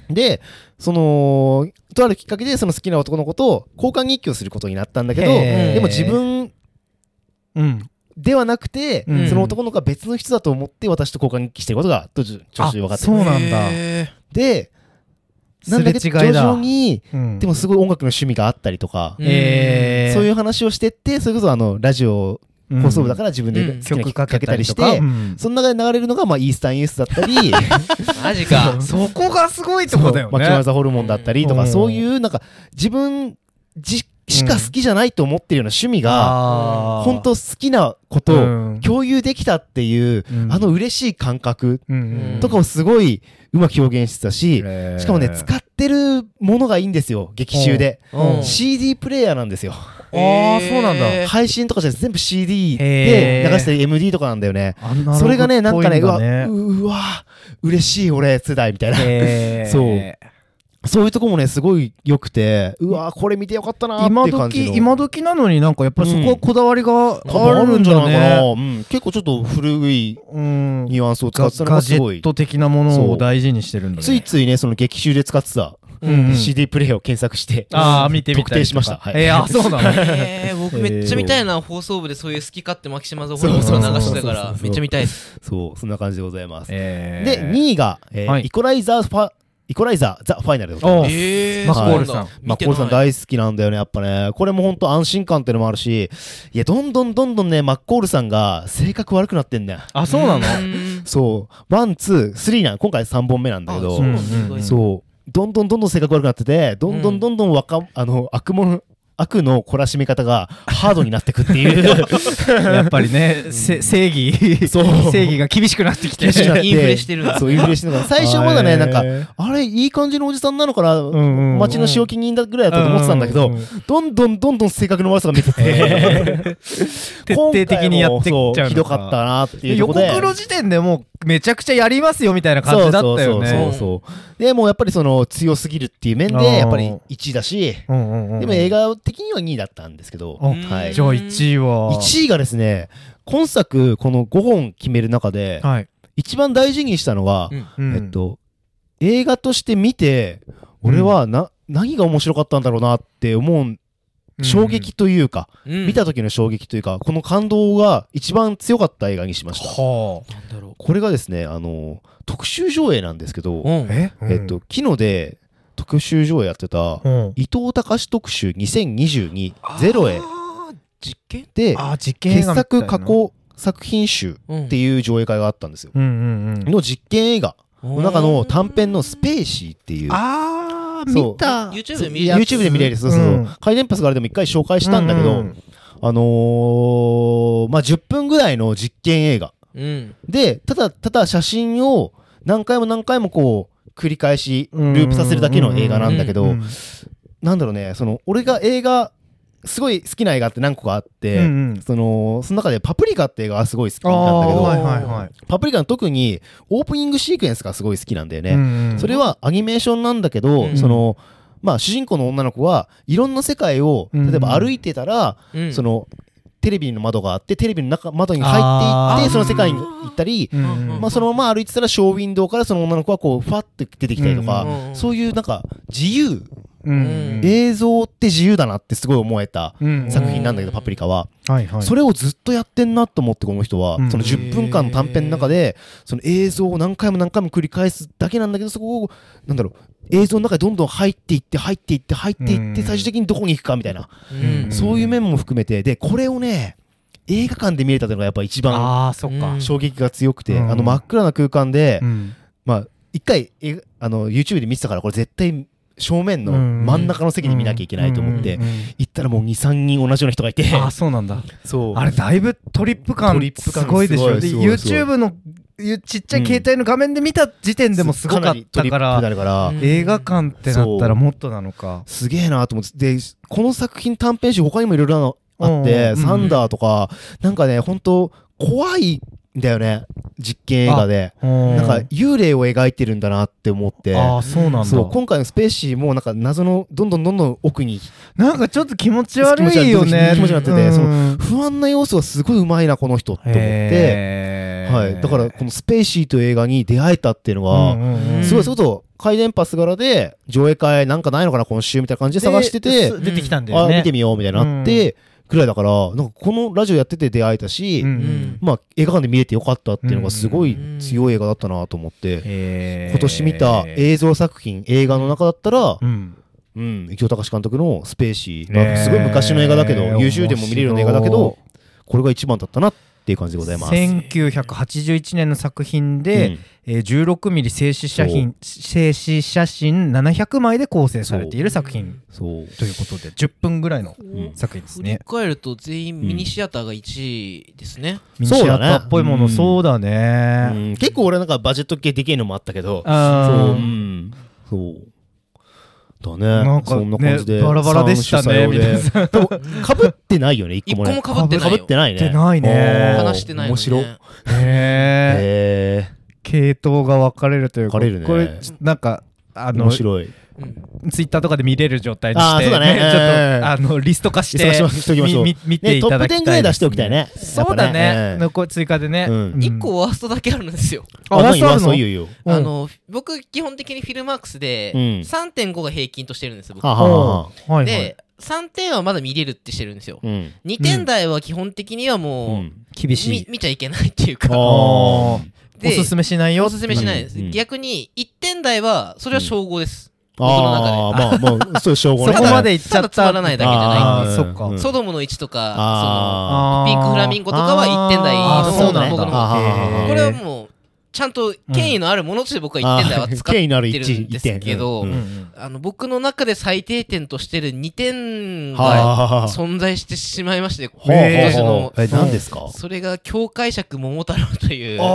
[SPEAKER 2] でそのとあるきっかけでその好きな男の子と交換日記をすることになったんだけど
[SPEAKER 1] へ
[SPEAKER 3] ー
[SPEAKER 2] でも自分
[SPEAKER 1] うん
[SPEAKER 2] ではなくて、
[SPEAKER 1] うん
[SPEAKER 2] その男の子は別の人だと思って私と交換日記してることが途中調子分かって
[SPEAKER 1] あそうなんだ
[SPEAKER 3] へ
[SPEAKER 2] でなんだけど
[SPEAKER 1] すれ違
[SPEAKER 2] 徐
[SPEAKER 1] いだ
[SPEAKER 2] 々に
[SPEAKER 1] うん
[SPEAKER 2] でもすごい音楽の趣味があったりとか、
[SPEAKER 3] うん
[SPEAKER 1] えー
[SPEAKER 2] そういう話をしてってそれこそあのラジオ放送部だから自分で
[SPEAKER 3] うん
[SPEAKER 2] 好きな
[SPEAKER 1] 曲かけたり
[SPEAKER 2] し
[SPEAKER 1] と
[SPEAKER 2] て、
[SPEAKER 1] かうん
[SPEAKER 2] その中で流れるのが、まあ、イースタンユースだったり
[SPEAKER 3] ーマジか
[SPEAKER 1] そこがすごいとこだよ
[SPEAKER 2] マキマ
[SPEAKER 1] ね。
[SPEAKER 2] ザホルモンだったりとか、
[SPEAKER 1] うん
[SPEAKER 2] そういうなんか自分じしか好きじゃないと思ってるような趣味が、
[SPEAKER 1] あー
[SPEAKER 2] 本当好きなこと
[SPEAKER 1] う
[SPEAKER 2] を
[SPEAKER 1] ん
[SPEAKER 2] 共有できたっていう、
[SPEAKER 1] うん
[SPEAKER 2] あの嬉しい感覚
[SPEAKER 1] うんうん
[SPEAKER 2] とかをすごいうまく表現してたし、
[SPEAKER 1] へー
[SPEAKER 2] しかもね使ってるものがいいんですよ劇中で、
[SPEAKER 3] うんうん
[SPEAKER 2] CD プレイヤーなんですよ
[SPEAKER 1] ああそうなんだ
[SPEAKER 3] へー
[SPEAKER 2] 配信とかじゃなくて全部 CD で
[SPEAKER 1] へー
[SPEAKER 2] 流してる MD とかなんだよね
[SPEAKER 1] あんな
[SPEAKER 2] それがね
[SPEAKER 1] アナ
[SPEAKER 2] な
[SPEAKER 1] ロ
[SPEAKER 2] ん
[SPEAKER 1] グっ
[SPEAKER 2] か
[SPEAKER 1] ぽい
[SPEAKER 2] ねう
[SPEAKER 1] だ
[SPEAKER 2] わううわ嬉しい俺世代みたいな
[SPEAKER 1] へー
[SPEAKER 2] そうそういうとこもねすごい良くてうわこれ見てよかったなーっ
[SPEAKER 1] 今
[SPEAKER 2] ていう感じの
[SPEAKER 1] 時今時なのになんかやっぱりそこはこだわりが
[SPEAKER 2] あ
[SPEAKER 1] あ
[SPEAKER 2] る
[SPEAKER 1] る
[SPEAKER 2] ん
[SPEAKER 1] ん
[SPEAKER 2] じゃな
[SPEAKER 1] だ
[SPEAKER 2] いかな、
[SPEAKER 1] ね。
[SPEAKER 2] うん、結構ちょっと古い
[SPEAKER 1] うん
[SPEAKER 2] ニュアンスを使
[SPEAKER 1] ガ
[SPEAKER 2] ってたのが
[SPEAKER 1] ガジ
[SPEAKER 2] す
[SPEAKER 1] ェ
[SPEAKER 2] ごい
[SPEAKER 1] ット的なものを大事にしてるんだね。
[SPEAKER 2] ついついねその劇中で使ってた
[SPEAKER 1] うんうん
[SPEAKER 2] CD プレイヤーを検索して、
[SPEAKER 1] ああ見てみたい
[SPEAKER 2] 特定しましたはい
[SPEAKER 1] えーあそうなの。
[SPEAKER 3] えー僕めっちゃ見たいな放送部でそういう好き勝手マキシマザホルモン
[SPEAKER 1] そうそう
[SPEAKER 3] が流
[SPEAKER 1] そう
[SPEAKER 3] してたからめっちゃ見たいです
[SPEAKER 2] そうそんな感じでございます、
[SPEAKER 1] え
[SPEAKER 2] で2位が、えー
[SPEAKER 1] はい
[SPEAKER 2] イコライザーファイコライザーザファイナルでござい
[SPEAKER 1] お
[SPEAKER 2] ます
[SPEAKER 1] う
[SPEAKER 3] え
[SPEAKER 1] マ
[SPEAKER 2] コール
[SPEAKER 1] さん
[SPEAKER 2] まあ、コールさん
[SPEAKER 3] い
[SPEAKER 2] 大好きなんだよね、やっぱね。これも本当安心感っていうのもあるし、いや、どんどんどんどんね、マッコールさんが性格悪くなってんだよ。
[SPEAKER 1] あそうなの。
[SPEAKER 2] そう、ワン、ツー、スリーなん、今回3本目なんだけど、
[SPEAKER 1] そう
[SPEAKER 2] そう
[SPEAKER 1] うんうんうん
[SPEAKER 2] どんどんどんどん性格悪くなってて、どんどんどんどん若、あの、悪者、悪の懲らしめ方がハードになってくっていう。
[SPEAKER 1] やっぱりね、せ正義
[SPEAKER 2] そう
[SPEAKER 1] 正義が厳しくなってきて
[SPEAKER 2] 厳しくなって
[SPEAKER 3] インフレしてるんだ
[SPEAKER 2] そう、インフレしてるのが。最初まだ
[SPEAKER 1] へ
[SPEAKER 2] ね、
[SPEAKER 1] ー
[SPEAKER 2] なんか、あれ、いい感じのおじさんなのかな、
[SPEAKER 1] んうんうん
[SPEAKER 2] 町の仕置き人だぐらいだったと思ってたんだけど、
[SPEAKER 1] うう
[SPEAKER 2] どんどんどんどん性格の悪さが見てて、
[SPEAKER 1] 徹底的にやってっちゃうのか
[SPEAKER 2] 今回もそうひどかったなっていうと
[SPEAKER 1] 予
[SPEAKER 2] ころで。
[SPEAKER 1] 告の時点でもうめちゃくちゃやりますよみたいな感じだったよね。
[SPEAKER 2] そうそうそうそうでもうやっぱりその強すぎるっていう面
[SPEAKER 1] あ
[SPEAKER 2] で
[SPEAKER 1] ー
[SPEAKER 2] やっぱり1位だし
[SPEAKER 1] うんうんうん
[SPEAKER 2] でも映画的には2位だったんですけど、
[SPEAKER 1] あ
[SPEAKER 2] はい、
[SPEAKER 1] じゃあ1位は
[SPEAKER 2] 1位がですね今作この5本決める中で
[SPEAKER 1] はい、
[SPEAKER 2] 一番大事にしたのは、
[SPEAKER 3] うん
[SPEAKER 1] うん
[SPEAKER 2] えっと、映画として見て俺はな、何が面白かったんだろうなって思う衝撃、というか、
[SPEAKER 3] うん
[SPEAKER 2] 見た時の衝撃というかこの感動が一番強かった映画にしました。
[SPEAKER 1] は
[SPEAKER 3] なんだろ
[SPEAKER 2] これがですねあの特集上映なんですけど、
[SPEAKER 3] ううん
[SPEAKER 1] え、うん
[SPEAKER 2] えっと、、昨日で特集上映やってた
[SPEAKER 1] うん、
[SPEAKER 2] 伊藤隆特集2022ゼロへ
[SPEAKER 3] あー実験
[SPEAKER 2] で
[SPEAKER 1] あー実験映
[SPEAKER 2] 傑
[SPEAKER 1] 画みたい
[SPEAKER 2] 作
[SPEAKER 1] な
[SPEAKER 2] 加工作品集
[SPEAKER 3] っ
[SPEAKER 2] って
[SPEAKER 3] い
[SPEAKER 2] いう上映会があったんですよ。
[SPEAKER 1] うんうんうん
[SPEAKER 2] の実験映画
[SPEAKER 3] う
[SPEAKER 2] の中の短編のスペーシーっていう。
[SPEAKER 1] あー
[SPEAKER 2] そう
[SPEAKER 1] 見た
[SPEAKER 3] YouTube で見るやつ
[SPEAKER 2] YouTube で見れるそうそう
[SPEAKER 1] う
[SPEAKER 2] そ
[SPEAKER 1] ん
[SPEAKER 2] う。回電波スからでも一回紹介したんだけど、
[SPEAKER 1] ううん
[SPEAKER 2] あのー、まあ、10分ぐらいの実験映画。
[SPEAKER 3] うん
[SPEAKER 2] で、ただ、ただ写真を何回も何回もこう、繰り返しループさせるだけの映画なんだけど、
[SPEAKER 1] うんうん
[SPEAKER 2] なんだろうね、その、俺が映画、すごい好きな映画って何個かあって、
[SPEAKER 1] うんうん
[SPEAKER 2] その、その中でパプリカって映画がすごい好き
[SPEAKER 1] あー
[SPEAKER 2] なんだけ
[SPEAKER 1] は
[SPEAKER 2] ど、
[SPEAKER 1] いはいはい
[SPEAKER 2] パプリカの特にオープニングシークエンスがすごい好きなんだよね。
[SPEAKER 1] うんうん
[SPEAKER 2] それはアニメーションなんだけど、
[SPEAKER 3] うん
[SPEAKER 2] その、まあ主人公の女の子はいろんな世界を、
[SPEAKER 1] うん
[SPEAKER 2] 例えば歩いてたら、
[SPEAKER 3] うん
[SPEAKER 2] その、テレビの窓があって、テレビの中窓に入っていっ
[SPEAKER 1] あー
[SPEAKER 2] て、その世界に行ったり、
[SPEAKER 1] うんうん
[SPEAKER 3] ー
[SPEAKER 2] まあ、そのまま歩いてたらショーウィンドウからその女の子がこうファッて出てきたりとか、
[SPEAKER 3] うん
[SPEAKER 2] そういうなんか自由
[SPEAKER 1] うん
[SPEAKER 3] うん
[SPEAKER 2] 映像って自由だなってすごい思えた
[SPEAKER 1] うんうん
[SPEAKER 2] 作品なんだけど、
[SPEAKER 3] うん
[SPEAKER 2] パプリカは、
[SPEAKER 1] はいはい
[SPEAKER 2] それをずっとやってんなと思ってこの人は、
[SPEAKER 1] うん
[SPEAKER 2] その10分間の短編の中でその映像を何回も何回も繰り返すだけなんだけどそこをなんだろう映像の中でどんどん入っていって入っていって入っていって
[SPEAKER 1] うん
[SPEAKER 2] 最終的にどこに行くかみたいな、
[SPEAKER 3] うん
[SPEAKER 2] そういう面も含めてでこれをね映画館で見れたというのがやっぱ一番
[SPEAKER 1] ああそっか、
[SPEAKER 3] うん
[SPEAKER 2] 衝撃が強くて、
[SPEAKER 1] うん
[SPEAKER 2] あの真っ暗な空間で、
[SPEAKER 1] うん
[SPEAKER 2] まあ一回えあの YouTube で見てたからこれ絶対正面の
[SPEAKER 1] うん
[SPEAKER 2] 真ん中の席で見なきゃいけないと思って、
[SPEAKER 1] うんうんうん
[SPEAKER 2] 行ったらもう23人同じような人がいて
[SPEAKER 1] あーそうなんだ
[SPEAKER 2] そう
[SPEAKER 1] あれだいぶトリップ感
[SPEAKER 2] トリップ感
[SPEAKER 1] すごいでしょ
[SPEAKER 2] すごい
[SPEAKER 1] です
[SPEAKER 2] ごいすごい
[SPEAKER 1] YouTube のゆちっちゃい携帯の画面で見た時点でもすごかっ
[SPEAKER 2] りト
[SPEAKER 1] た
[SPEAKER 2] リッ
[SPEAKER 1] か
[SPEAKER 2] プ
[SPEAKER 1] ら
[SPEAKER 2] だから、
[SPEAKER 3] うん
[SPEAKER 1] 映画館ってなったらもっとなのか
[SPEAKER 2] すげえなと思ってでこの作品短編集他にもいろいろなのあって、
[SPEAKER 1] うん
[SPEAKER 2] サンダーとかなんかね本当怖いんだよね実験映画で
[SPEAKER 1] な
[SPEAKER 2] なんか幽霊を描いてるんだなって思って
[SPEAKER 1] ああそうなんだ
[SPEAKER 2] そう今回のスペーシーもなんか謎のどんどんどんどん奥に
[SPEAKER 1] なんかちょっと気持ち悪いよね
[SPEAKER 2] 気持ち悪い気持ち悪くてその
[SPEAKER 1] の
[SPEAKER 2] 不安な要素がすごいうまいなこの人って思って、はい、だからこのスペーシーという映画に出会えたっていうのは、
[SPEAKER 3] うん
[SPEAKER 2] すごいそういうこと回電波すがらで上映会なんかないのかな今週みたいな感じで探してて、
[SPEAKER 1] 出てきたんだ
[SPEAKER 2] あ
[SPEAKER 1] よね
[SPEAKER 2] 見てみようみたいになって、くらいだからなんかこのラジオやってて出会えたし、
[SPEAKER 1] うん
[SPEAKER 3] うん
[SPEAKER 2] まあ映画館で見れてよかったっていうのがすごい強い映画だったなと思って、
[SPEAKER 1] へー
[SPEAKER 2] 今年見た映像作品映画の中だったら、
[SPEAKER 1] うん
[SPEAKER 2] うん、伊藤隆監督の「スペーシー」
[SPEAKER 1] ねえ
[SPEAKER 2] すごい昔の映画だけど、優秀でも見れるような映画だけ
[SPEAKER 1] 面
[SPEAKER 2] ど
[SPEAKER 1] 白
[SPEAKER 2] これが一番だったなっていう感じでございます。
[SPEAKER 1] 1981年の作品で、えー、16ミリ静止写真静止写真700枚で構成されている作品
[SPEAKER 2] そう
[SPEAKER 1] ということで10分ぐらいの
[SPEAKER 2] ん
[SPEAKER 1] 作品です
[SPEAKER 3] 振り
[SPEAKER 1] ね。
[SPEAKER 3] 返ると全員ミニシアターが1位ですね。
[SPEAKER 1] ミニ
[SPEAKER 2] そう
[SPEAKER 1] シ
[SPEAKER 2] だ
[SPEAKER 1] ア
[SPEAKER 2] ね
[SPEAKER 1] ターっぽいもの、
[SPEAKER 2] うん
[SPEAKER 1] そうだ
[SPEAKER 2] う
[SPEAKER 1] ね。
[SPEAKER 2] ん結構俺なんかバジェット系でけえのもあったけどそう、
[SPEAKER 1] あー
[SPEAKER 2] うん、そうだね
[SPEAKER 1] なんか
[SPEAKER 2] そんな感じで、
[SPEAKER 1] ねバラバラでしたね
[SPEAKER 2] かぶってない よね一個もね
[SPEAKER 3] 一個も被ってないよ
[SPEAKER 2] 被ってないね
[SPEAKER 1] 被ってないね
[SPEAKER 2] おー
[SPEAKER 3] 話してないの
[SPEAKER 2] 面
[SPEAKER 3] にね
[SPEAKER 1] へ
[SPEAKER 2] 白
[SPEAKER 1] え。
[SPEAKER 2] へ
[SPEAKER 1] 系統が分かれるというか、
[SPEAKER 2] 分かれるね
[SPEAKER 1] これちょなんかあ
[SPEAKER 2] ー
[SPEAKER 1] の
[SPEAKER 2] 面
[SPEAKER 1] ツイ
[SPEAKER 2] 白い
[SPEAKER 3] うん
[SPEAKER 1] ッターとかで見れる状態にし
[SPEAKER 2] あー
[SPEAKER 1] て、
[SPEAKER 2] そうだね
[SPEAKER 1] ちょっ
[SPEAKER 2] うん
[SPEAKER 1] とあのリスト化して
[SPEAKER 2] 忙しときましょう
[SPEAKER 1] みみ見て
[SPEAKER 2] ね
[SPEAKER 1] い
[SPEAKER 2] ト
[SPEAKER 1] た
[SPEAKER 2] ップ
[SPEAKER 1] だきたいです、
[SPEAKER 2] 10ぐらい出しておきたい。ね
[SPEAKER 1] そうだね。
[SPEAKER 2] やっぱ
[SPEAKER 1] 残り追加でね。
[SPEAKER 2] う
[SPEAKER 1] うんん
[SPEAKER 3] 1個ワーストだけあるんですよ。
[SPEAKER 2] あ
[SPEAKER 1] あ
[SPEAKER 2] ワ
[SPEAKER 1] ワー
[SPEAKER 2] ース
[SPEAKER 1] ス
[SPEAKER 2] ト
[SPEAKER 1] ト
[SPEAKER 2] あ
[SPEAKER 1] あ
[SPEAKER 2] る
[SPEAKER 1] る
[SPEAKER 2] の
[SPEAKER 1] の
[SPEAKER 2] いいよいいよ
[SPEAKER 1] うん
[SPEAKER 3] あの僕基本的にフィルマークスで
[SPEAKER 2] うん
[SPEAKER 3] 3.5が平均としてるんですよ僕。
[SPEAKER 2] はあはあはあ
[SPEAKER 1] はいはい
[SPEAKER 3] で3点はまだ見れるってしてるんですよ。
[SPEAKER 2] うん
[SPEAKER 3] 2点台は基本的には
[SPEAKER 2] う
[SPEAKER 3] もうん
[SPEAKER 1] 厳し
[SPEAKER 3] み
[SPEAKER 1] い。
[SPEAKER 3] 見ちゃいけないっていうか
[SPEAKER 2] あー
[SPEAKER 1] おお
[SPEAKER 3] です
[SPEAKER 1] すめしないよ。
[SPEAKER 3] おすすめしないです
[SPEAKER 2] うんうん
[SPEAKER 3] 逆に1点台はそれは称号です、
[SPEAKER 2] あーまあまあそうしょう
[SPEAKER 1] そ
[SPEAKER 2] がない
[SPEAKER 1] こまでいっちゃ
[SPEAKER 3] ただ
[SPEAKER 1] っ
[SPEAKER 3] つま
[SPEAKER 1] た。
[SPEAKER 3] らないだけじゃない
[SPEAKER 1] あ
[SPEAKER 2] ん
[SPEAKER 1] あ
[SPEAKER 2] で
[SPEAKER 1] ー、そっか。
[SPEAKER 2] うん
[SPEAKER 3] ソドムの1とか
[SPEAKER 2] あ
[SPEAKER 3] そのピンクフラミンゴとかは1点台
[SPEAKER 1] あー
[SPEAKER 3] の
[SPEAKER 1] そう
[SPEAKER 3] 方
[SPEAKER 1] な
[SPEAKER 3] が
[SPEAKER 1] んだ
[SPEAKER 3] 僕の
[SPEAKER 2] あー
[SPEAKER 3] これはもうちゃんと権威のあるものとして僕は1点台は使っ
[SPEAKER 2] 権威のある
[SPEAKER 3] てるん
[SPEAKER 2] 1
[SPEAKER 3] ですけど、
[SPEAKER 2] うん
[SPEAKER 1] うん
[SPEAKER 3] あの僕の中で最低点としてる2点
[SPEAKER 2] はあ
[SPEAKER 3] が
[SPEAKER 2] はあはあ
[SPEAKER 3] 存在してしまいまして、
[SPEAKER 2] ほうほう
[SPEAKER 1] えー
[SPEAKER 2] ほうえ
[SPEAKER 3] その
[SPEAKER 2] 何ですか
[SPEAKER 3] それが「教解釈桃太郎」という作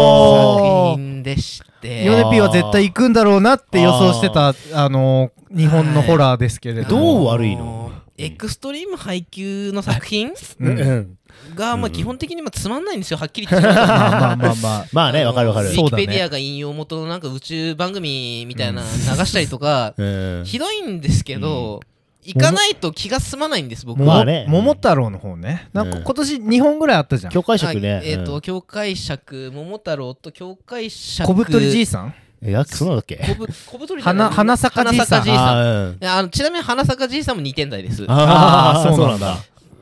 [SPEAKER 1] あー
[SPEAKER 3] 品でして
[SPEAKER 1] ヨネピーは絶対行くんだろうなって予想してたあの日本のホラーですけれど
[SPEAKER 2] どう
[SPEAKER 1] も
[SPEAKER 2] 悪いの
[SPEAKER 3] エクストリーム配給の作品
[SPEAKER 1] うん
[SPEAKER 2] うん
[SPEAKER 3] がまあ基本的にまあつまんないんですよはっきり 言ってしまうと
[SPEAKER 1] まあまあまあまあ
[SPEAKER 2] まあねわかるわかる
[SPEAKER 3] ウ
[SPEAKER 1] そ
[SPEAKER 3] ィ
[SPEAKER 1] う
[SPEAKER 3] キ
[SPEAKER 1] だね
[SPEAKER 3] ペディアが引用元のなんか宇宙番組みたいなの流したりとか、
[SPEAKER 2] うん
[SPEAKER 3] ひどいんですけど、行かないと気が済まないんです僕
[SPEAKER 1] も
[SPEAKER 3] は。
[SPEAKER 2] まあね
[SPEAKER 1] 桃太郎の方ねなんか
[SPEAKER 2] うん
[SPEAKER 1] 今年2本ぐらいあったじゃん
[SPEAKER 2] 教会色ね
[SPEAKER 3] はいえっ、
[SPEAKER 2] う
[SPEAKER 3] と
[SPEAKER 2] ん
[SPEAKER 3] 教会釈桃太郎と教会釈
[SPEAKER 1] 小太りじいさん
[SPEAKER 2] えやそうなんだっけ
[SPEAKER 3] 小ぶ小太りじゃない
[SPEAKER 1] 花花坂じいさ
[SPEAKER 3] 花
[SPEAKER 1] ん
[SPEAKER 3] 坂じいさん
[SPEAKER 2] あーうん
[SPEAKER 3] いやあのちなみに花坂じいさんも2点台です
[SPEAKER 2] あ
[SPEAKER 1] あ
[SPEAKER 2] ー
[SPEAKER 1] ー
[SPEAKER 2] そ
[SPEAKER 1] そうう
[SPEAKER 2] な
[SPEAKER 1] なんん
[SPEAKER 2] だ
[SPEAKER 1] だ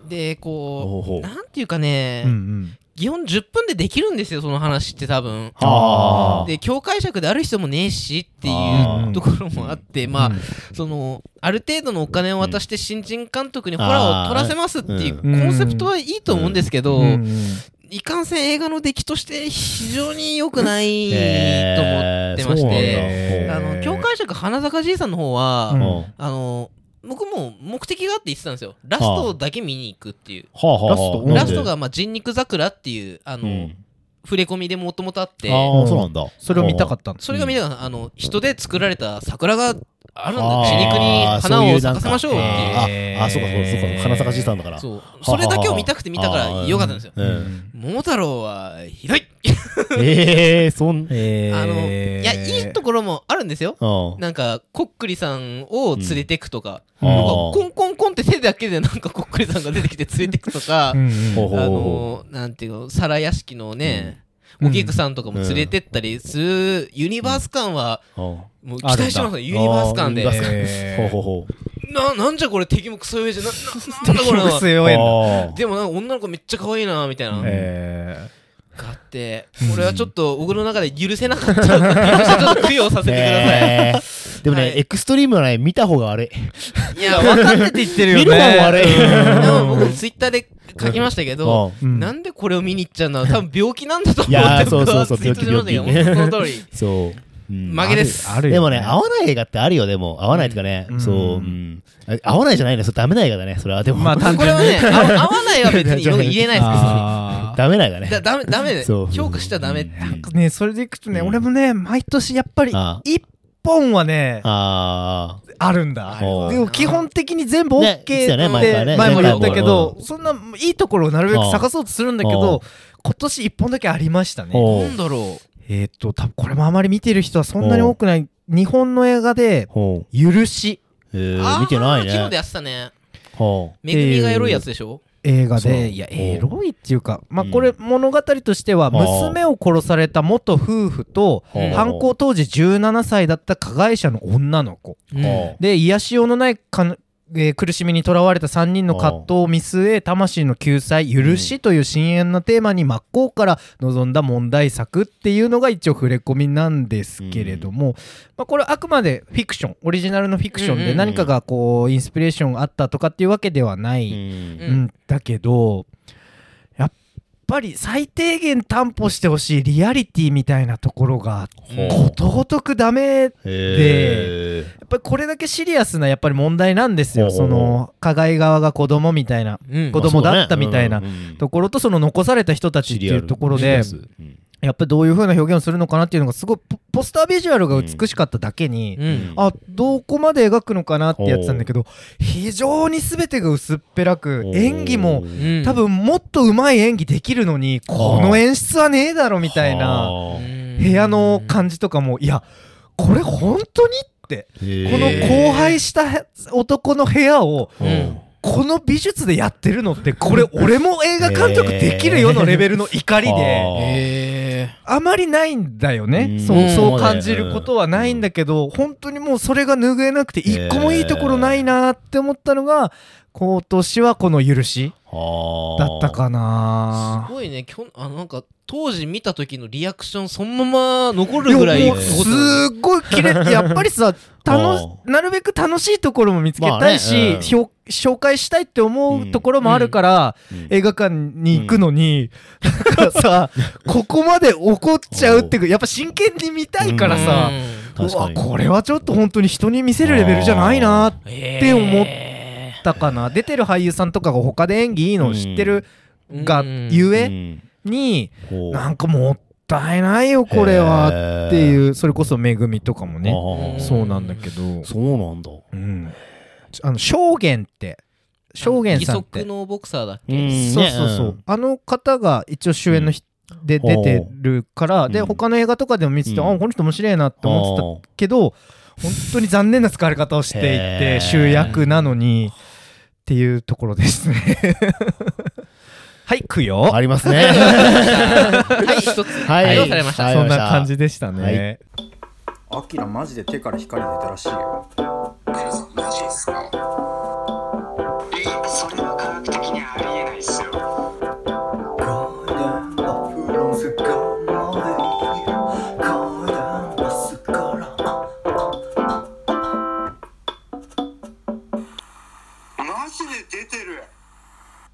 [SPEAKER 3] でこ
[SPEAKER 2] ほうほ
[SPEAKER 3] う
[SPEAKER 2] う
[SPEAKER 3] なんていうかね、
[SPEAKER 1] うんうん
[SPEAKER 3] 基本10分でできるんですよその話って多分
[SPEAKER 2] あー
[SPEAKER 3] で教会釈である必要もねえしって
[SPEAKER 2] あ
[SPEAKER 3] い
[SPEAKER 1] ー
[SPEAKER 3] うところもあってまあ、
[SPEAKER 1] うん
[SPEAKER 3] そのある程度のお金を渡して新人監督にホラーを取らせますっていう
[SPEAKER 2] あ
[SPEAKER 1] ーうん
[SPEAKER 3] コンセプトはいいと思うんですけど、
[SPEAKER 1] うんうん
[SPEAKER 3] いかんせん映画の出来として非常に良くないと思
[SPEAKER 2] へ
[SPEAKER 3] っ
[SPEAKER 2] ー
[SPEAKER 3] てま
[SPEAKER 2] そう
[SPEAKER 3] し
[SPEAKER 2] なんだ
[SPEAKER 3] て、
[SPEAKER 1] えー
[SPEAKER 3] あの教会釈花坂じいさんの方は、
[SPEAKER 1] うん
[SPEAKER 2] うん
[SPEAKER 3] あの僕も目的があって言ってたんですよラストだけ見に行くっていう。
[SPEAKER 2] はあはあはあ
[SPEAKER 1] ラストうん
[SPEAKER 2] な
[SPEAKER 3] ラ
[SPEAKER 2] んで
[SPEAKER 3] ストが、まあ、人肉桜っていう、あの、触れ込みでもともとあって、
[SPEAKER 2] ああそうなんだ
[SPEAKER 1] それを見たか
[SPEAKER 2] っ
[SPEAKER 1] ったんです
[SPEAKER 3] それが見たら、あの、人で作られた桜があるん
[SPEAKER 2] あ
[SPEAKER 3] だ。
[SPEAKER 2] ー
[SPEAKER 3] 血肉に花を咲かせましょうっ
[SPEAKER 1] そう
[SPEAKER 3] て
[SPEAKER 1] いうなん
[SPEAKER 3] い
[SPEAKER 1] か
[SPEAKER 3] う。
[SPEAKER 2] ああそうかそうかそうか花坂じいさんだから
[SPEAKER 3] そう。それだけを見たくて見たからよかったんですよ。
[SPEAKER 2] う
[SPEAKER 1] うんん
[SPEAKER 3] 桃太郎は、ひどい
[SPEAKER 2] ええそんうん
[SPEAKER 1] えー
[SPEAKER 3] あの、いや、いいところもあるんですよ。なんか、こっくりさんを連れてくとか、
[SPEAKER 2] うん
[SPEAKER 3] なん
[SPEAKER 2] あ
[SPEAKER 3] か
[SPEAKER 2] ー
[SPEAKER 3] コンコンコンって手だけでなんかこっくりさんが出てきて連れてくとか、
[SPEAKER 1] うんうん
[SPEAKER 2] ほうほう
[SPEAKER 3] あのーなんていうの皿屋敷のね、
[SPEAKER 1] うん
[SPEAKER 3] お菊さんとかも連れてったりするユニバース感は
[SPEAKER 2] うん
[SPEAKER 3] もう期待してますよユニバース感で
[SPEAKER 2] あーユニバース
[SPEAKER 1] え
[SPEAKER 2] ほう
[SPEAKER 1] ー
[SPEAKER 2] ほうほう
[SPEAKER 3] ななんじゃこれ敵もクソ上じゃな ななんだこれは
[SPEAKER 1] 強いんだ
[SPEAKER 2] あー
[SPEAKER 3] でもなんか女の子めっちゃ可愛いなみたいなのが
[SPEAKER 1] え
[SPEAKER 3] あって俺はちょっと僕の中で許せ なかったちょっと供養させてください
[SPEAKER 2] えーでも
[SPEAKER 3] は
[SPEAKER 2] ね
[SPEAKER 3] い
[SPEAKER 2] エクストリームはね見た方が悪い
[SPEAKER 3] いや分かってて
[SPEAKER 1] て言ってる
[SPEAKER 2] 見る方が悪
[SPEAKER 3] で
[SPEAKER 2] い
[SPEAKER 3] も僕ツイッターで書きましたけど
[SPEAKER 2] うん
[SPEAKER 1] うん
[SPEAKER 3] なんでこれを見に行っちゃうのは多分病気なんだと思
[SPEAKER 2] いや
[SPEAKER 3] っ
[SPEAKER 2] ー
[SPEAKER 3] て
[SPEAKER 2] そう
[SPEAKER 3] 僕
[SPEAKER 2] そう
[SPEAKER 3] は
[SPEAKER 2] そう
[SPEAKER 3] ツイートしましたけど
[SPEAKER 2] 病気病気
[SPEAKER 3] 本当その通り
[SPEAKER 2] そううん
[SPEAKER 3] 曲げです
[SPEAKER 1] ある
[SPEAKER 2] で
[SPEAKER 1] よ
[SPEAKER 2] もね、合わない映画ってあるよ、でも。合わないとかね。
[SPEAKER 1] うん
[SPEAKER 2] そう、うん。あ合わないじゃないね。それダメな映画だね。それは。でも、
[SPEAKER 1] まあ単
[SPEAKER 3] これ
[SPEAKER 1] 純
[SPEAKER 3] は
[SPEAKER 1] に
[SPEAKER 3] ね、あ合わないは別に色々入れないです
[SPEAKER 1] あー
[SPEAKER 2] ダメな映画ね。
[SPEAKER 3] けど、だダメダメで
[SPEAKER 2] そう
[SPEAKER 3] 評価しちゃダメ。
[SPEAKER 1] なんかねそれでいくとね俺もね毎年やっぱり
[SPEAKER 2] あ
[SPEAKER 1] 一本はね
[SPEAKER 2] あ
[SPEAKER 1] あるんだ
[SPEAKER 2] あー
[SPEAKER 1] でも基本的に全部 OK っ
[SPEAKER 2] ね言ってたよね
[SPEAKER 1] て
[SPEAKER 2] 前からね
[SPEAKER 1] 前も言ったけ
[SPEAKER 2] 前回
[SPEAKER 1] ど
[SPEAKER 2] も
[SPEAKER 1] そんないいところをなるべく探そうとするんだけ
[SPEAKER 2] うん
[SPEAKER 1] ど今年一本だけありました
[SPEAKER 2] ー。
[SPEAKER 1] ね
[SPEAKER 2] ほ
[SPEAKER 3] なんだろ
[SPEAKER 1] えっと多分これもあまり見てる人はそんなに多くない日本の映画で
[SPEAKER 2] う。ほ
[SPEAKER 1] 「許し
[SPEAKER 2] う。え
[SPEAKER 3] う。
[SPEAKER 2] ー、
[SPEAKER 3] あー
[SPEAKER 2] 見てない
[SPEAKER 3] 昨日で
[SPEAKER 2] ね。
[SPEAKER 3] やってたね。
[SPEAKER 2] ほう。
[SPEAKER 3] めぐみがエロいやつでしょ」
[SPEAKER 1] 映画
[SPEAKER 2] そう
[SPEAKER 1] でいやエロいっていうかまあ
[SPEAKER 2] うん
[SPEAKER 1] これ物語としては
[SPEAKER 2] あー
[SPEAKER 1] 娘を殺された元夫婦と
[SPEAKER 2] ほう
[SPEAKER 1] 犯行当時17歳だった加害者の女の子
[SPEAKER 3] うん
[SPEAKER 2] ほう。
[SPEAKER 1] で癒しようのないかんえー苦しみにとらわれた3人の葛藤を見据え魂の救済「許し」という深淵のテーマに真っ向から臨んだ問題作っていうのが一応触れ込みなんですけれども、まあ、これあくまでフィクションオリジナルのフィクション
[SPEAKER 3] うんうんう
[SPEAKER 1] で
[SPEAKER 3] ん
[SPEAKER 1] 何かがこうインスピレーションあったとかっていうわけではない、
[SPEAKER 2] うん
[SPEAKER 3] うん
[SPEAKER 1] うん、だけどやっぱり最低限担保してほしいリアリティみたいなところが
[SPEAKER 2] ほ
[SPEAKER 3] こ
[SPEAKER 1] ことごとくダメ
[SPEAKER 2] へー
[SPEAKER 1] やっぱりこれだけシリアスなやっぱり問題なんです
[SPEAKER 2] ほ
[SPEAKER 1] よ
[SPEAKER 2] うほうほ
[SPEAKER 1] そ
[SPEAKER 2] う
[SPEAKER 1] の加害側が子供みたいな
[SPEAKER 3] うん
[SPEAKER 1] 子供だったみたいな
[SPEAKER 2] まあそうだねうんうん
[SPEAKER 1] ところとその残された人たちっていうところで
[SPEAKER 2] シリアルうん
[SPEAKER 1] やっぱりどういう風な表現をするのかなっていうのがすごいポポスタービジュアルが美しかっただけに、
[SPEAKER 3] うん
[SPEAKER 1] あどこまで描くのかなってやってたんだけど非常に全てが薄っぺらく演技も
[SPEAKER 3] うん
[SPEAKER 1] 多分もっと上手い演技できるのにこの演出はねえだろみたいな
[SPEAKER 2] はあ
[SPEAKER 1] 部屋の感じとかもいやこれ本当にって
[SPEAKER 2] こ
[SPEAKER 1] この荒廃した男の部屋を
[SPEAKER 3] うん
[SPEAKER 1] この美術でやってるのってこれ俺も映画監督できるよのレベルの怒 りで
[SPEAKER 3] え
[SPEAKER 1] あまりないんだよね
[SPEAKER 2] うん
[SPEAKER 1] そうそう感じることはないんだけど本当にもうそれが拭えなくて一個もいいところないなって思ったのが今年はこの許しだったかな
[SPEAKER 3] すごいねきょんあなんか当時見た時のリアクションそのまま残るぐらい
[SPEAKER 1] やもう
[SPEAKER 3] すごかった
[SPEAKER 1] すっごい綺麗やっぱり さ楽し
[SPEAKER 2] お
[SPEAKER 1] なるべく楽しいところも見つけたいし、
[SPEAKER 2] まあねうん
[SPEAKER 1] ひょ紹介したいって思うところもあるから、
[SPEAKER 2] うん
[SPEAKER 1] 映画館に行くのに、なんかさここまで怒っちゃうっていうかやっぱ真剣に見たいからさ、う
[SPEAKER 2] 確か
[SPEAKER 1] わ
[SPEAKER 2] に
[SPEAKER 1] これはちょっと本当に人に見せるレベルじゃないなっ
[SPEAKER 3] って
[SPEAKER 1] 思ったかな出てる俳優さんとかが他で演技いいのを知ってるがゆえ、に、なんかもったいないよこれはって
[SPEAKER 2] う
[SPEAKER 1] いうそれこそ「めぐみ」とかも
[SPEAKER 2] ね
[SPEAKER 1] ね
[SPEAKER 3] うん
[SPEAKER 1] そうなんだけど、
[SPEAKER 2] そうなんだ
[SPEAKER 1] うん、あの証言って証言さんっ
[SPEAKER 3] 義
[SPEAKER 1] て
[SPEAKER 3] 足のボクサーだっ
[SPEAKER 2] う
[SPEAKER 3] け
[SPEAKER 2] ん
[SPEAKER 1] そうそうそう、あの方が一応主演のひ、で出てるから、
[SPEAKER 2] うん
[SPEAKER 1] で他の映画とかでも見てて、
[SPEAKER 2] うん
[SPEAKER 1] あこの人面白いなって思ってたけど本当に残念な使われ方をしてい
[SPEAKER 2] へ
[SPEAKER 1] て
[SPEAKER 2] ー
[SPEAKER 1] 集約なのにっていうところですね はい食うよ
[SPEAKER 2] ありますね
[SPEAKER 3] はい一つ
[SPEAKER 2] はい
[SPEAKER 3] はいどうされました
[SPEAKER 2] はい
[SPEAKER 1] そんな感じでしたね、
[SPEAKER 2] はい
[SPEAKER 4] アキラマジで手から光出たらしいよ
[SPEAKER 5] マジですかえそれは科学的にはありえないっすよマジで出てる